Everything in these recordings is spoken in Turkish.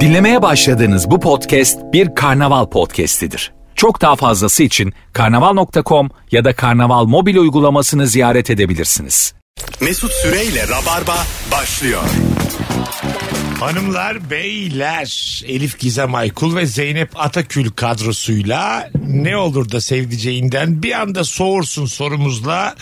Dinlemeye başladığınız bu podcast bir karnaval podcastidir. Çok daha fazlası için karnaval.com ya da karnaval mobil uygulamasını ziyaret edebilirsiniz. Mesut Süreyle Rabarba başlıyor. Hanımlar, beyler, Elif Gizem Aykul ve Zeynep Atakül kadrosuyla ne olur da sevdiceğinden bir anda soğursun sorumuzla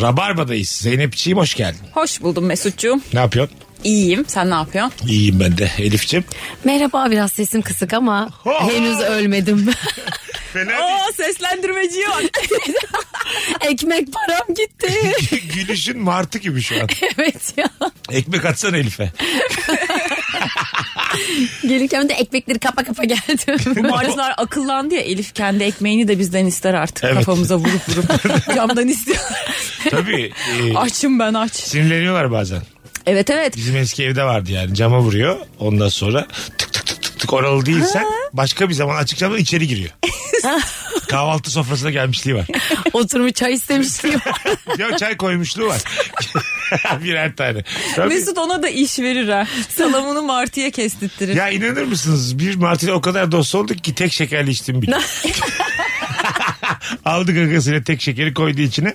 Rabarba'dayız. Zeynepciğim hoş geldin. Hoş buldum Mesut'cuğum. Ne yapıyorsun? İyiyim. Sen ne yapıyorsun? İyiyim ben de Elif'ciğim. Merhaba biraz sesim kısık ama Ah. Oh. henüz ölmedim. Fena Oo seslendirmeciye bak. Ekmek param gitti. değil. Gülüşün martı gibi şu an. evet ya. Ekmek atsana Elif'e. Gelirken de ekmekleri kapa kapa geldim. Martılar akıllandı ya Elif kendi ekmeğini de bizden ister artık. Evet. Kafamıza vurup vurup camdan istiyorlar. Tabii. e, Açım ben aç. sinirleniyorlar bazen. Evet evet. Bizim eski evde vardı yani cama vuruyor. Ondan sonra tık tık tık tık tık oralı değilsen başka bir zaman açık camdan içeri giriyor. Kahvaltı sofrasına gelmişliği var. Oturmuş çay istemiştim. Ya çay koymuşluğu var. Birer tane. Tabii. Mesut ona da iş verir ha. Salamını martıya kestirttirir. Ya inanır mısınız? Bir Martin'e o kadar dost olduk ki tek şekerli içtim bir. Aldı gagasıyla tek şekeri koydu içine.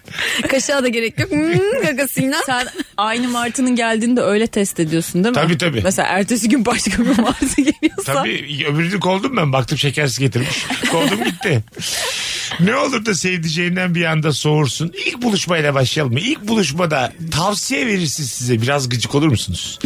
Kaşığa da gerek yok. Hmm, gagasıyla. Sen aynı martının geldiğini de öyle test ediyorsun değil mi? Tabii, tabii. Mesela ertesi gün başka bir martı geliyorsa. Tabii öbürünü kovdum ben. Baktım şekersiz getirmiş. Kovdum gitti. Ne olur da sevdiceğinden bir anda soğursun. İlk buluşmayla başlayalım mı? İlk buluşmada tavsiye verirsin size. Biraz gıcık olur musunuz?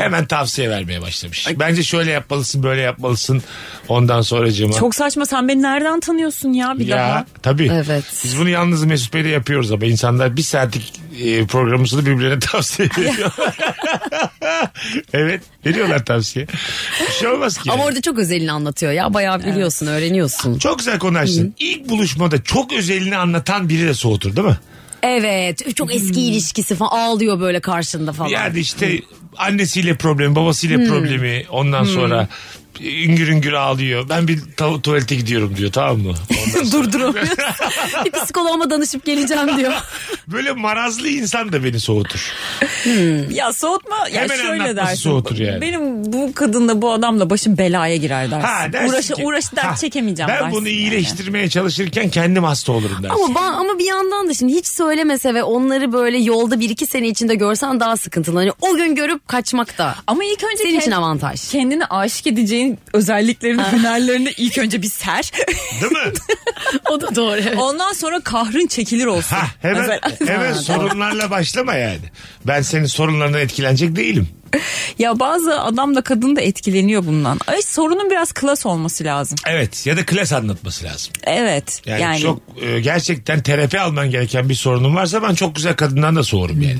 Hemen tavsiye vermeye başlamış. Bence şöyle yapmalısın, böyle yapmalısın. Ondan sonracığıma. Çok saçma sen beni nereden tanıyorsun ya bir Ya daha? tabii. Evet. Biz bunu yalnız Mesut Bey'le yapıyoruz ama insanlar bir saatlik e, programımızı birbirlerine tavsiye veriyor. evet veriyorlar tavsiye. Bir şey olmaz ki. Ama yani. orada çok özelini anlatıyor ya. Bayağı biliyorsun, öğreniyorsun. Çok güzel konu açtın. İlk buluşmada çok özelini anlatan biri de soğutur değil mi? Evet. Çok eski ilişkisi falan. Ağlıyor böyle karşında falan. Yani işte annesiyle problemi, babasıyla problemi ondan sonra üngür üngür ağlıyor. Ben bir tu- tuvalete gidiyorum diyor tamam mı? Ondan sonra- Durduramıyor. bir psikoloğuma danışıp geleceğim diyor. Böyle marazlı insan da beni soğutur. Ya soğutma ya Hemen şöyle anlatması dersin. soğutur yani. Benim bu kadınla bu adamla başım belaya girer dersin. Ha dersin uğraşı ki, uğraşı dert ha, çekemeyeceğim Ben dersin bunu yani. iyileştirmeye çalışırken kendim hasta olurum dersin. Ama ba- ama bir yandan da şimdi hiç söylemese ve onları böyle yolda bir iki sene içinde görsen daha sıkıntılı. Hani o gün görüp kaçmak da Ama ilk önce senin için kend- avantaj. kendini aşık edeceğin özelliklerini, hünerlerini ilk önce bir ser. Değil mi? o da doğru. evet. Ondan sonra kahrın çekilir olsun. Ha, hemen, Mesela- hemen sorunlarla başlama yani. Ben senin sorunlarından etkilenecek değilim. ya bazı adamla kadın da etkileniyor bundan. Ay sorunun biraz klas olması lazım. Evet ya da klas anlatması lazım. Evet. Yani, çok e, gerçekten terapi alman gereken bir sorunun varsa ben çok güzel kadından da soğurum yani.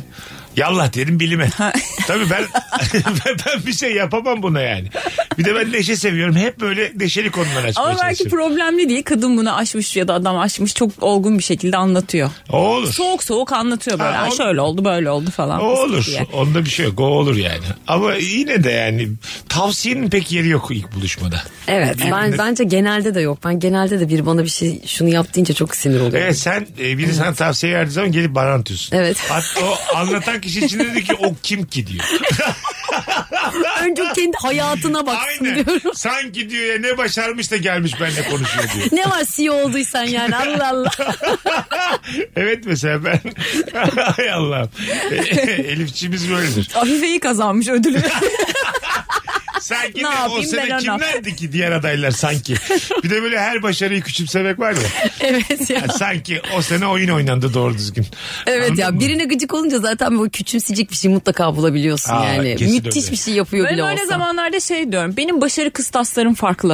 Yallah derim bilime. Tabii ben, ben ben bir şey yapamam buna yani. Bir de ben neşe seviyorum. Hep böyle neşeli konular açmaya Ama belki çalışıyorum. problemli değil. Kadın bunu aşmış ya da adam aşmış çok olgun bir şekilde anlatıyor. O olur. Soğuk soğuk anlatıyor böyle. Ha, "Ay o- şöyle oldu böyle oldu falan. O olur. diye. Onda bir şey yok. O olur yani. Ama yine de yani tavsiyenin pek yeri yok ilk buluşmada. Evet ben bence genelde de yok. Ben genelde de bir bana bir şey şunu yap deyince çok sinir oluyorum. Evet sen e, biri sana tavsiye verdiği zaman gelip bana anlatıyorsun. Evet. Hatta o anlatan kişi için dedi ki o kim ki diyor. Önce kendi hayatına baksın Aynen. diyorum. Sanki diyor ya ne başarmış da gelmiş benimle konuşuyor diyor. Ne var CEO olduysan yani Allah Allah. evet mesela ben. Hay Allah'ım. Elifçimiz böyledir. Afife'yi kazanmış ödülü. Sanki Ne de o yapayım ben sene ona? kimlerdi ki diğer adaylar sanki. Bir de böyle her başarıyı küçümsemek var ya. evet ya. Yani sanki o sene oyun oynandı doğru düzgün. Evet Anladın ya mı? birine gıcık olunca zaten böyle küçümseyecek bir şey mutlaka bulabiliyorsun Aa, yani. kesin Müthiş öyle. bir şey yapıyor ben bile öyle olsa. zamanlarda şey diyorum. Benim başarı kıstaslarım farklı.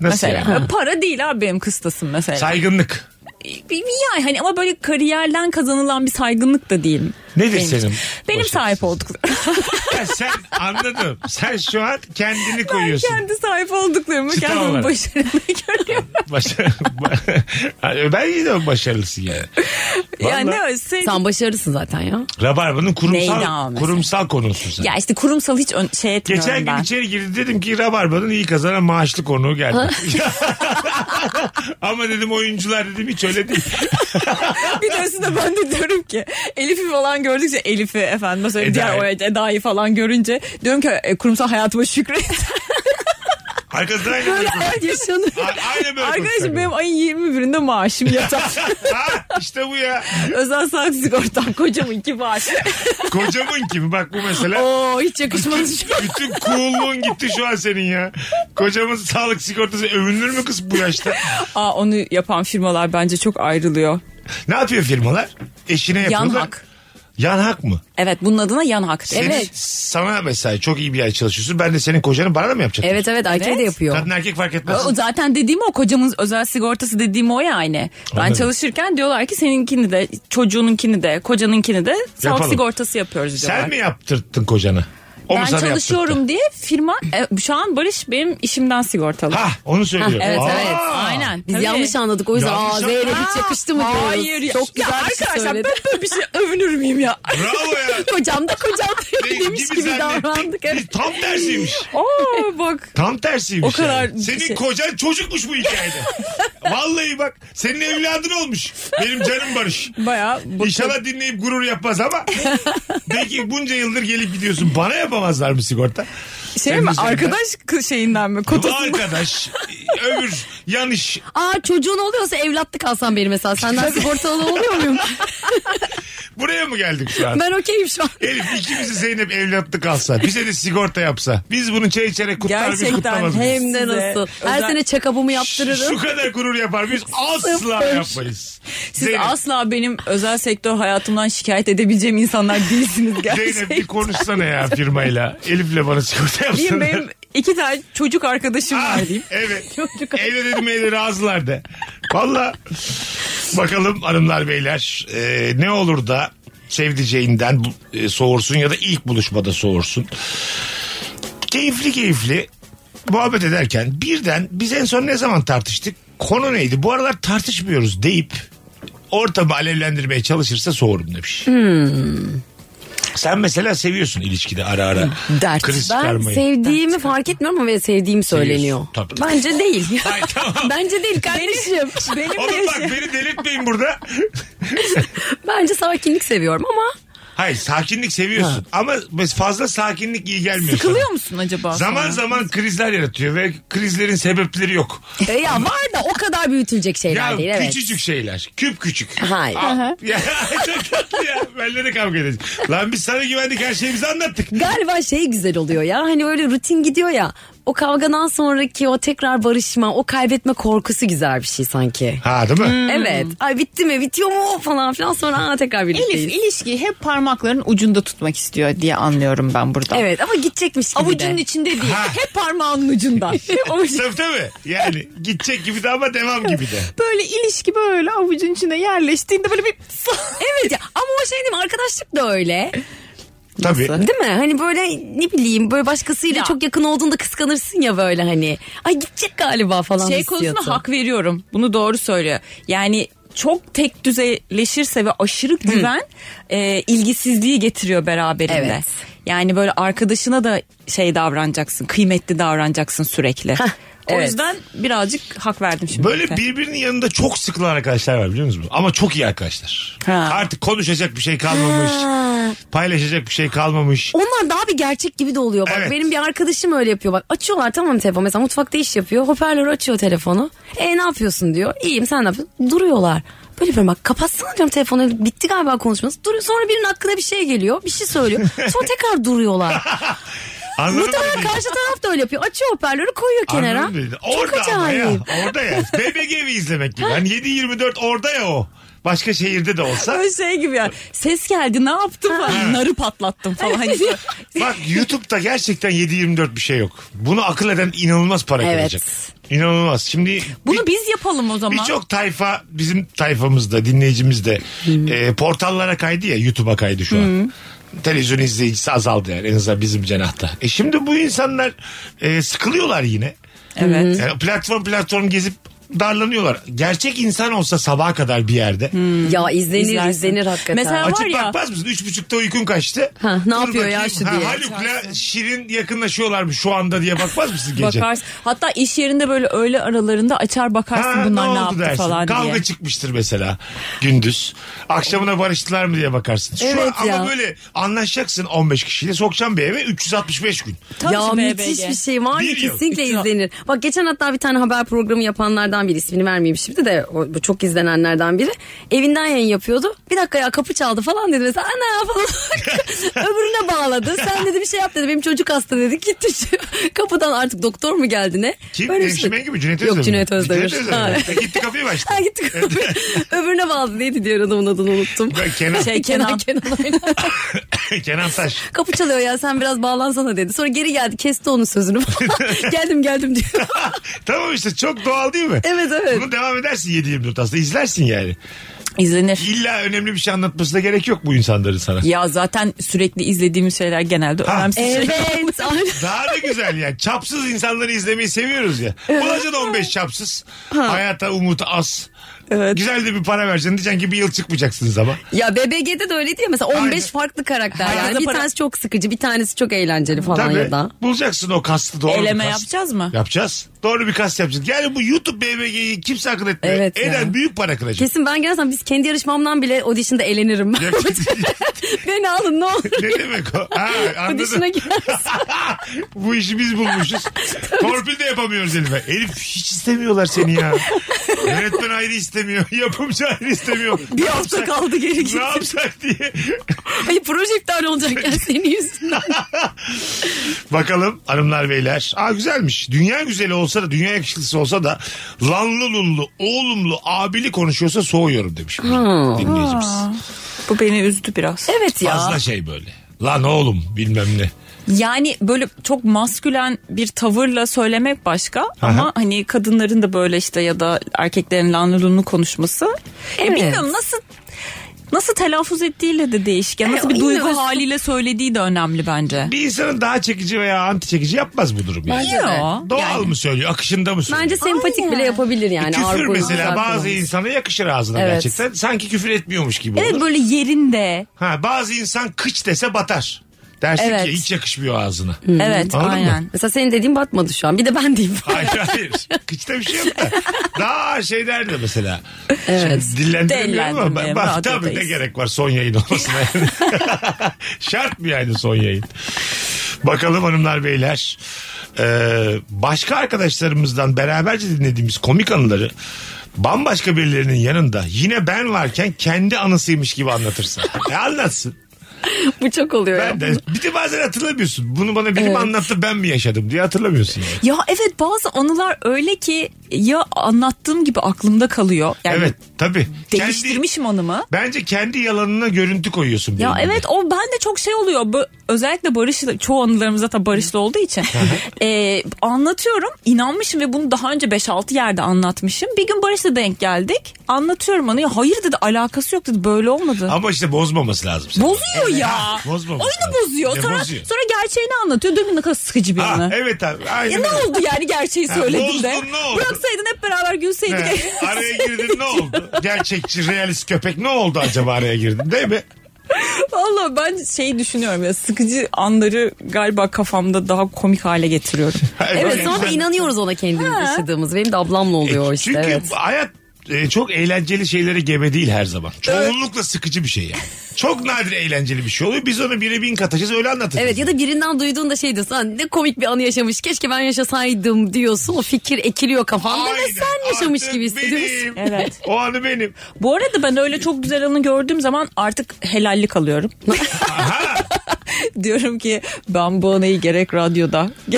Nasıl Mesela e, yani? para değil abi benim kıstasım mesela. Saygınlık. Bir- bir- yani hani ama böyle kariyerden kazanılan bir saygınlık da değil. Nedir benim için. senin Benim başarı sahip olduk. Ya sen anladım. Sen şu an kendini koyuyorsun. Kendi sahip olduklarımı Çıta kendim olarak. başarımı görüyorum. Başar- Ba- ben yine o başarılısı yani. yani Vallahi ne öyle şey- Sen başarısın zaten ya. Rabarbanın Neydi ama kurumsal mesela? kurumsal konusu sen. Ya işte kurumsal hiç ön- şey etmiyorum Geçen gün ben. içeri girdi dedim ki Rabarba'nın iyi kazanan maaşlı konuğu geldi. Ama dedim oyuncular dedim hiç öyle değil. Bir de üstüne ben de diyorum ki Elif'i falan gördükçe Elif'i efendim mesela Eda'yı. diğer oyuncu Eda'yı falan görünce diyorum ki "E, kurumsal hayatıma şükret. Arkasından aynı böyle. konuş- Hayat yaşanır. A- Aynen böyle. Arkadaşım konuşuyorum. benim ayın 21'inde maaşım yatar. Ha, işte bu ya. Özel sağlık sigortam kocamın ki var. Kocamın kimi bak bu mesela. Oo hiç yakışmaz. Bütün coolluğun gitti şu an senin ya. Kocamın sağlık sigortası övünür mü kız bu yaşta? Aa, onu yapan firmalar bence çok ayrılıyor. Ne yapıyor firmalar? Eşine Yan yapıyorlar. hak. Yan hak mı? Evet bunun adına yan hak. Senin- Evet. Sana mesela çok iyi bir yer çalışıyorsun. Ben de senin kocanı bana da mı yapacak? Evet evet Ayça Evet. da yapıyor. Kadın erkek fark etmez. O zaten dediğim o kocamın özel sigortası dediğim o yani. Ben Anladım. çalışırken diyorlar ki seninkini de çocuğununkini de kocanınkini de sağlık Yapalım. sigortası yapıyoruz diyorlar. Sen mi yaptırttın kocanı? O mu ben sana çalışıyorum yaptırttı? diye firma e, şu an Barış benim işimden sigortalı. Ha onu söylüyorum. evet Aa! evet aynen. Biz Tabii. yanlış anladık o yüzden Yanlış aa anladık. Zeynep hiç yakıştı mı diyoruz. Hayır ya. Çok güzel ya bir şey arkadaşlar söyledi. ben böyle bir şey övünür müyüm ya? Bravo ya. Kocam da kocam da Şey demiş gibi zannettik. davrandık. Evet. Tam tersiymiş. Oo bak. Tam tersiymiş. O kadar yani. Senin şey- kocan çocukmuş bu hikayede. Vallahi bak senin evladın olmuş. Benim canım Barış. Bayağı bu- İnşallah dinleyip gurur yapmaz ama. Peki bunca yıldır gelip gidiyorsun. Bana yapamazlar mı sigorta? şey mi arkadaş kı- şeyinden mi Bu kotasından arkadaş öbür yanış. Aa çocuğun oluyorsa evlatlık alsan benim mesela. Senden sigortalı oluyor muyum? Buraya mı geldik şu an? Ben okeyim şu an. Elif ikimizi Zeynep evlatlık alsa. Bize de sigorta yapsa. Biz bunu çay içerek kutlar mıyız Gerçekten. kutlamaz mıyız? Hem de Size nasıl. Her özel- sene check-up'ımı Şu yaptırırım. kadar gurur yapar mıyız? Asla Sıfır. yapmayız. Siz Zeynep, asla benim özel sektör hayatımdan şikayet edebileceğim insanlar değilsiniz Zeynep gerçekten. bir konuşsana ya firmayla. Elif'le bana sigorta Diyeyim yapsana. benim iki tane çocuk arkadaşım Ah, var diyeyim. evet. Evde dedim evde razılar de. Valla bakalım hanımlar beyler e, ne olur da sevdiceğinden bu- e, soğursun ya da ilk buluşmada soğursun. Keyifli keyifli muhabbet ederken birden biz en son ne zaman tartıştık? Konu neydi? Bu aralar tartışmıyoruz deyip ortamı alevlendirmeye çalışırsa soğurum demiş. Sen mesela seviyorsun ilişkide ara ara Dert. kriz ben çıkarmayı. sevdiğimi fark etmiyorum ama sevdiğim söyleniyor. Tabii. Bence değil. Ay, tamam. Bence değil kardeşim. Benim Oğlum de bak beni delirtmeyin burada. Bence sakinlik seviyorum ama Hayır sakinlik seviyorsun. Ama mes- fazla sakinlik iyi gelmiyor. Sıkılıyor sana. musun acaba? Zaman sonra? zaman krizler yaratıyor ve krizlerin sebepleri yok. E ya var da o kadar büyütülecek şeyler Ya değil evet. küçücük şeyler. Küp küçük. Hayır. Ah, ya, çok tatlı ya. Benle de kavga edeceğiz. Lan biz sana güvendik her şeyimizi anlattık. Galiba şey güzel oluyor ya hani öyle rutin gidiyor ya. O kavgadan sonraki o tekrar barışma, o kaybetme korkusu güzel bir şey sanki. Ha değil mi? Hmm. Evet. Ay bitti mi? Bitiyor mu? Falan filan sonra aa, tekrar birlikteyiz. Elif ilişkiyi hep parmakların ucunda tutmak istiyor diye anlıyorum ben burada. Evet ama gidecekmiş gibi Avucunun de. içinde değil. Hep parmağının ucunda. Hep avucun- Tabii tabii. Yani gidecek gibi de ama devam gibi de. Böyle ilişki böyle avucun içine yerleştiğinde böyle bir Evet ya ama o şey değil mi? Arkadaşlık da öyle. Tabii. Değil mi? Hani böyle ne bileyim böyle başkasıyla Ya. çok yakın olduğunda kıskanırsın ya böyle hani. Ay gidecek galiba falan şey hissiyatı. konusunda hak veriyorum. Bunu doğru söylüyor. Yani çok tek düzeyleşirse ve aşırı güven e, ilgisizliği getiriyor beraberinde. Evet. Yani böyle arkadaşına da şey davranacaksın, kıymetli davranacaksın sürekli. o evet. yüzden birazcık hak verdim şimdi. Böyle birbirinin yanında çok sıkılan arkadaşlar var biliyor musunuz? Ama çok iyi arkadaşlar. Ha. Artık konuşacak bir şey kalmamış. Paylaşacak bir şey kalmamış. Onlar daha bir gerçek gibi de oluyor. Bak Evet. benim bir arkadaşım öyle yapıyor. Bak açıyorlar tamam telefon. Mesela mutfakta iş yapıyor. Hoparlörü açıyor telefonu. E ne yapıyorsun diyor. İyiyim sen ne yapıyorsun? Duruyorlar. Böyle yapıyorum bak kapatsana diyorum telefonu. Bitti galiba konuşması. Duruyor sonra birinin aklına bir şey geliyor. Bir şey söylüyor. Sonra tekrar duruyorlar. Anladın mı? Muhtemelen dediğimi? karşı taraf da öyle yapıyor. Açıyor hoparlörü koyuyor kenara. Anladın mı? Çok Orada ama ya. acayip. Orada ya. BBG mi izlemek gibi? Hani 7-24 orada ya o. Başka şehirde de olsa. Böyle şey gibi ya. Ses geldi ne yaptım falan. Narı patlattım falan. Hani böyle- Bak YouTube'da gerçekten 7-24 bir şey yok. Bunu akıl eden inanılmaz para Evet. kazanacak. İnanılmaz. Şimdi Bunu biz yapalım o zaman. birçok tayfa bizim tayfamızda dinleyicimizde e, portallara kaydı ya YouTube'a kaydı şu an. Televizyon izleyicisi azaldı yani en azından bizim cenahta. E şimdi bu insanlar e, sıkılıyorlar yine. Evet. Yani platform platform gezip darlanıyorlar. Gerçek insan olsa sabaha kadar bir yerde. Ya izlenir İzlersin. izlenir hakikaten. Mesela- Açıp Var ya- bakmaz mısın? Üç buçukta uykun kaçtı. Ha, ne Dur yapıyor ya şu diye. Haluk'la Şirin yakınlaşıyorlarmış şu anda diye bakmaz mısın gece? Bakarsın. Hatta iş yerinde böyle öğle aralarında açar bakarsın Ha, bunlar ne, oldu yaptı dersin. falan Kavga diye. çıkmıştır mesela gündüz. Akşamına barıştılar mı diye bakarsın. Şu Evet an, ya. Ama böyle anlaşacaksın 15 kişiyle sokacaksın bir eve 365 gün. Tabii ya ki BBG. müthiş bir şey var ya Bir yıl. kesinlikle Üç yıl. izlenir. Bak geçen hatta bir tane haber programı yapanlardan biri ismini vermeyeyim şimdi de o, bu çok izlenenlerden biri. Evinden yayın yapıyordu. Bir dakika ya kapı çaldı falan dedi mesela ana falan. Öbürüne bağladı. Sen dedi bir şey yap dedi benim çocuk hasta dedi. Gitti şu- kapıdan artık doktor mu geldi ne? Kim? Böyle bir Nevşin şey- Mengi mi? Cüneyt Özdemir. Yok Cüneyt Özdemir. Cüneyt Ha. Özdemir. E, Gitti kapıyı mı açtı? Ha gittik. Öbürüne bağladı. Neydi diğer adamın adını unuttum. Ben Kenan, Şey Kenan. Kenan aynen. Kenan Taş. Kapı çalıyor ya sen biraz bağlansana dedi. Sonra geri geldi kesti onun sözünü. geldim geldim diyor. tamam işte çok doğal değil mi? Evet, evet. Bunu devam edersin 7-24 aslında izlersin yani. İzlenir. İlla önemli bir şey anlatmasına gerek yok bu insanların sana. Ya zaten sürekli izlediğimiz şeyler genelde önemsiz şeyler. evet. aynen. Daha da güzel yani. Çapsız insanları izlemeyi seviyoruz ya. Bulacak da 15 çapsız. Hayata umut az. Güzel de bir para vereceksin. Diyeceksin ki bir yıl çıkmayacaksınız ama. Ya BBG'de de öyle değil mesela 15 Aynen. farklı karakter Herkese yani. Bir para- tanesi çok sıkıcı, bir tanesi çok eğlenceli falan Tabii ya da. bulacaksın o kastı doğru Eleme bir kast. yapacağız mı? Yapacağız. Doğru bir kast yapacağız. Yani bu YouTube BBG'yi kimse akıl etmiyor. Evet ya. Eden büyük para kıracak. Kesin ben gelsem biz kendi yarışmamdan bile audition'da elenirim. Beni alın ne olur. ne demek o? Ha, Audition'a anladım. Ah, girersin. bu işi biz bulmuşuz. Torpil de yapamıyoruz Elif'e. Elif hiç istemiyorlar seni ya. Yönetmen ayrı istemiyor. Yapımcı ayrı istemiyor. bir hafta kaldı geri Ne git. yapsak diye. Ay proje iptal olacak ya senin yüzünden. Bakalım hanımlar beyler. Aa güzelmiş. Dünya güzeli olsa da dünya yakışıklısı olsa da lanlı lullu oğlumlu abili konuşuyorsa soğuyorum demiş. bir Dinleyicimiz. Bu beni üzdü biraz. Evet Hmm. ya. Fazla şey böyle. Lan oğlum bilmem ne. Yani böyle çok maskülen bir tavırla söylemek başka ama hani kadınların da böyle işte ya da erkeklerin lanlılığını konuşması. E, Evet. bilmiyorum nasıl nasıl telaffuz ettiğiyle de değişken. Nasıl bir E, duygu bilmiyorum. haliyle söylediği de önemli bence. Bir insanın daha çekici veya anti çekici yapmaz bu durum. Yani. Bence de. Yo. Doğal mı söylüyor? Akışında mı söylüyor? Bence sempatik Aynen. bile yapabilir yani. E, küfür argoyu mesela düzeltmemiz. bazı insana yakışır ağzına Evet. gerçekten. Sanki küfür etmiyormuş gibi olur. Evet böyle yerinde. Ha, bazı insan kıç dese batar. Dersin Evet. ki hiç yakışmıyor ağzına. Hmm. Evet Anladın mı? aynen. Mesela senin dediğin batmadı şu an. Bir de ben diyeyim. Hayır hayır. Kıçta bir şey yok da. Daha şey derdi mesela. Evet. Şimdi dillendiremiyorum ama ben, Dillendirmeyelim, bak, radyodayız. tabii ne gerek var son yayın olmasına. yani. Şart mı yani son yayın? Bakalım hanımlar beyler. Ee, başka arkadaşlarımızdan beraberce dinlediğimiz komik anıları bambaşka birilerinin yanında yine ben varken kendi anısıymış gibi anlatırsın. e anlatsın. Bu çok oluyor Ben ya. de. Bir de bazen hatırlamıyorsun. Bunu bana biri mi Evet. anlattı ben mi yaşadım diye hatırlamıyorsun. yani. Ya evet bazı anılar öyle ki ya anlattığım gibi aklımda kalıyor. Yani Evet tabii. Kendi- değiştirmişim anımı. Bence kendi yalanına görüntü koyuyorsun. Ya birbirine. evet o bende çok şey oluyor. Bu, özellikle Barış'la çoğu anılarımız zaten Barış'la olduğu için. Ee, anlatıyorum inanmışım ve bunu daha önce 5-6 yerde anlatmışım. Bir gün Barış'la denk geldik. Anlatıyorum onu. Ya hayır dedi alakası yok dedi böyle olmadı. Ama işte bozmaması lazım. seni. bozuyor ya. bozmaması lazım. Oyunu bozuyor. Ne Sonra, bozuyor? sonra gerçeğini anlatıyor. Dövün ne kadar sıkıcı bir Ha, anı. evet abi. Ya Aynen. ne öyle. oldu yani gerçeği Ha, söyledin de. bozdun, ne oldu? Bıraksaydın hep beraber gülseydik. Ha, araya girdin ne oldu? Gerçekçi, realist köpek ne oldu acaba araya girdin değil mi? Valla ben şey düşünüyorum ya sıkıcı anları galiba kafamda daha komik hale getiriyorum. Hayır, Evet böyle Ee, sonra da güzel- inanıyoruz ona kendimiz yaşadığımız. Benim de ablamla oluyor işte. E, Çünkü evet. hayat e, çok eğlenceli şeylere gebe değil her zaman. Çoğunlukla sıkıcı bir şey yani. Çok nadir eğlenceli bir şey oluyor. Biz onu bire bin katacağız öyle anlatacağız. Evet ya da birinden duyduğunda şey diyorsun "Aa, ne komik bir anı yaşamış keşke ben yaşasaydım diyorsun o fikir ekiliyor kafanda ve Aynen. sen yaşamış Artık gibi hissediyorsun. benim. Evet. O anı benim. Bu arada ben öyle çok güzel anı gördüğüm zaman artık helallik alıyorum. Diyorum ki ben bu anayı gerek radyoda.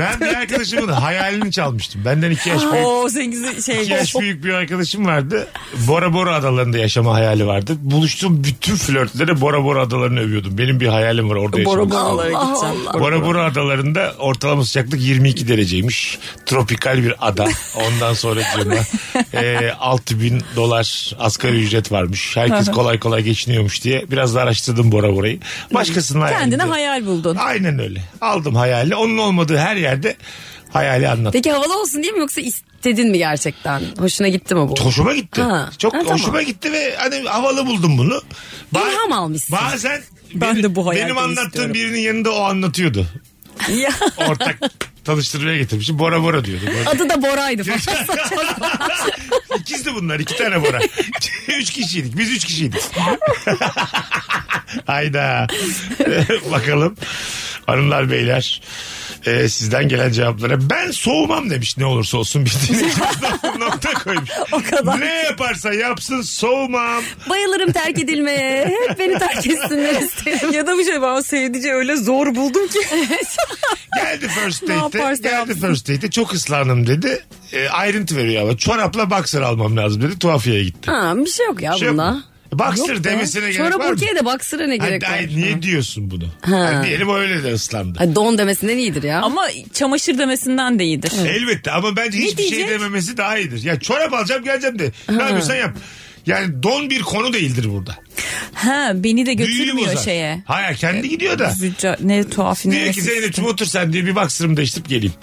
Ben bir arkadaşımın hayalini çalmıştım. Benden iki yaş büyük. o 8 şey. İki yaş büyük bir arkadaşım vardı. Bora Bora adalarında yaşama hayali vardı. Buluştuğum bütün flörtlere Bora Bora adalarını övüyordum. Benim bir hayalim var orada yaşamak. Bora Bora'lara Allah gideceğim. Bora Bora adalarında ortalama sıcaklık 22 dereceymiş. Tropikal bir ada. Ondan sonra cuma, e, 6 bin dolar asgari ücret varmış. Herkes kolay kolay geçiniyormuş diye. Biraz da araştırdım Bora Bora'yı. Başkasının hayalini. Kendine de- hayal buldun. Aynen öyle. Aldım hayali. Onun olmadığı her yerde hayali anlat. Peki havalı olsun değil mi yoksa istedin mi gerçekten? Hoşuna gitti mi bu? Hoşuma gitti. Ha, Çok ha, tamam. hoşuma gitti ve hani havalı buldum bunu. İlham almışsın. Bazen Ben benim- de bu hayatı benim anlattığım istiyorum. birinin yanında o anlatıyordu. Ya, Ortak tanıştırmaya getirmişim. Bora Bora diyordu. Bora. Adı da Bora'ydı falan. İkizdi bunlar. iki tane Bora. üç kişiydik. Biz üç kişiydik. Hayda. Bakalım. Hanımlar beyler. Ee, sizden gelen cevaplara ben soğumam demiş ne olursa olsun bir dinleyicimiz nokta koymuş. O kadar. Ne yaparsa yapsın soğumam. Bayılırım terk edilmeye. Hep beni terk etsinler isterim. ya da bir şey ben sevdice öyle zor buldum ki. Geldi first Ne date'e. yaparsa Geldi yapsın. first date'e. Çok ıslandım dedi. E, ayrıntı veriyor ama. Çorapla boxer almam lazım dedi. Tuhafiye'ye gitti. Ha, bir şey yok ya Şey bunda. yapma. Boxer Yok be. demesine gerek Çorap var mı? okey de boxer'a ne gerek Hayır, hayır, var? niye diyorsun bunu? Hani diyelim öyle de ıslandı. Ay, Hani don demesinden iyidir ya. Ama çamaşır demesinden de iyidir. Elbette ama bence hiçbir şey diyecek? dememesi daha iyidir. Ya çorap alacağım geleceğim de. Ne yapıyorsan yap. Yani don bir konu değildir burada. Ha beni de Düğünü götürmüyor bozar. şeye. Hayır kendi gidiyor da. Zücca, ne tuhaf Diyor ne ki nefis. Zeynep'cim otur sen diyor bir baksırımı değiştirip geleyim.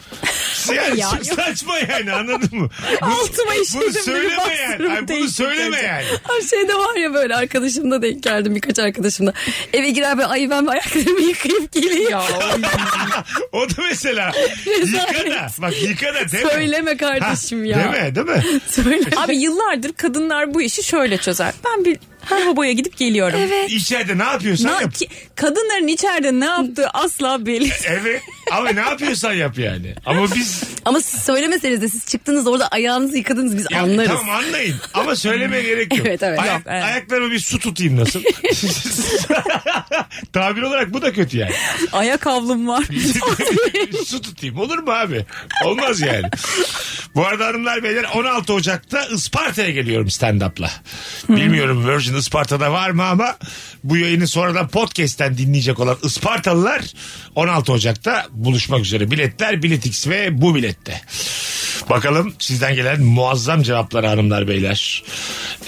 Yani sa- saçma yani anladın mı? Bu- Altıma işledim Bunu de bir söyleme yani. baksırımı Ay, bunu değiştirip söyleme yani. geleceğim. Her şeyde var ya böyle arkadaşımda denk geldim birkaç arkadaşımda. Eve girer böyle ay ben ayaklarımı yıkayıp geleyim. O da mesela yıka da. Bak yıka da deme. Söyleme kardeşim ya. Deme değil mi? Söyle. Abi yıllardır kadınlar bu işi şöyle çözer. Ben bir lavaboya gidip geliyorum. Evet. İçeride ne yapıyorsan Na- yap. ki- kadınların içeride ne yaptığı asla belli. Evet. Ama ne yapıyorsan yap yani. Ama biz Ama siz söylemeseniz de siz çıktınız orada ayağınızı yıkadınız biz anlarız. Tamam anlayın ama söylemeye gerek yok. Evet, evet. Ayak, Yok, evet. Ayaklarıma bir su tutayım nasıl? Tabir olarak bu da kötü yani. Ayak havlum var. su tutayım olur mu abi? Olmaz yani. Bu arada hanımlar beyler 16 Ocak'ta Isparta'ya geliyorum stand-up'la. Bilmiyorum Virgin Isparta'da var mı ama bu yayını sonradan podcast'ten dinleyecek olan Ispartalılar 16 Ocak'ta buluşmak üzere. Biletler Biletix ve bu bilette. Bakalım sizden gelen muazzam cevaplar hanımlar beyler.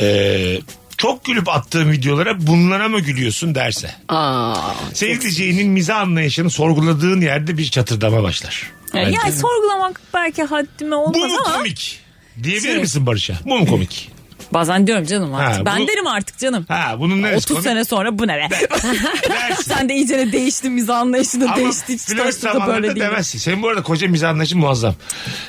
Ee, çok gülüp attığım videolara bunlara mı gülüyorsun derse. Aa, Sevdiceğinin mizah anlayışını sorguladığın yerde bir çatırdama başlar. Bence. yani sorgulamak belki haddime bu olmaz mu ama. Şey- komik? Diyebilir misin Barış'a? Bu mu komik? Bazen diyorum canım artık. Ha, ben bu- derim artık canım. Ha bunun neresi 30 komik? sene sonra bu ne be? Dersin. Sen de iyice de değiştin mizah anlayışı şey- da Ama değişti. Hiç flört tanıştık da zamanlarında böyle değil. demezsin. Senin bu arada koca mizah anlayışın muazzam.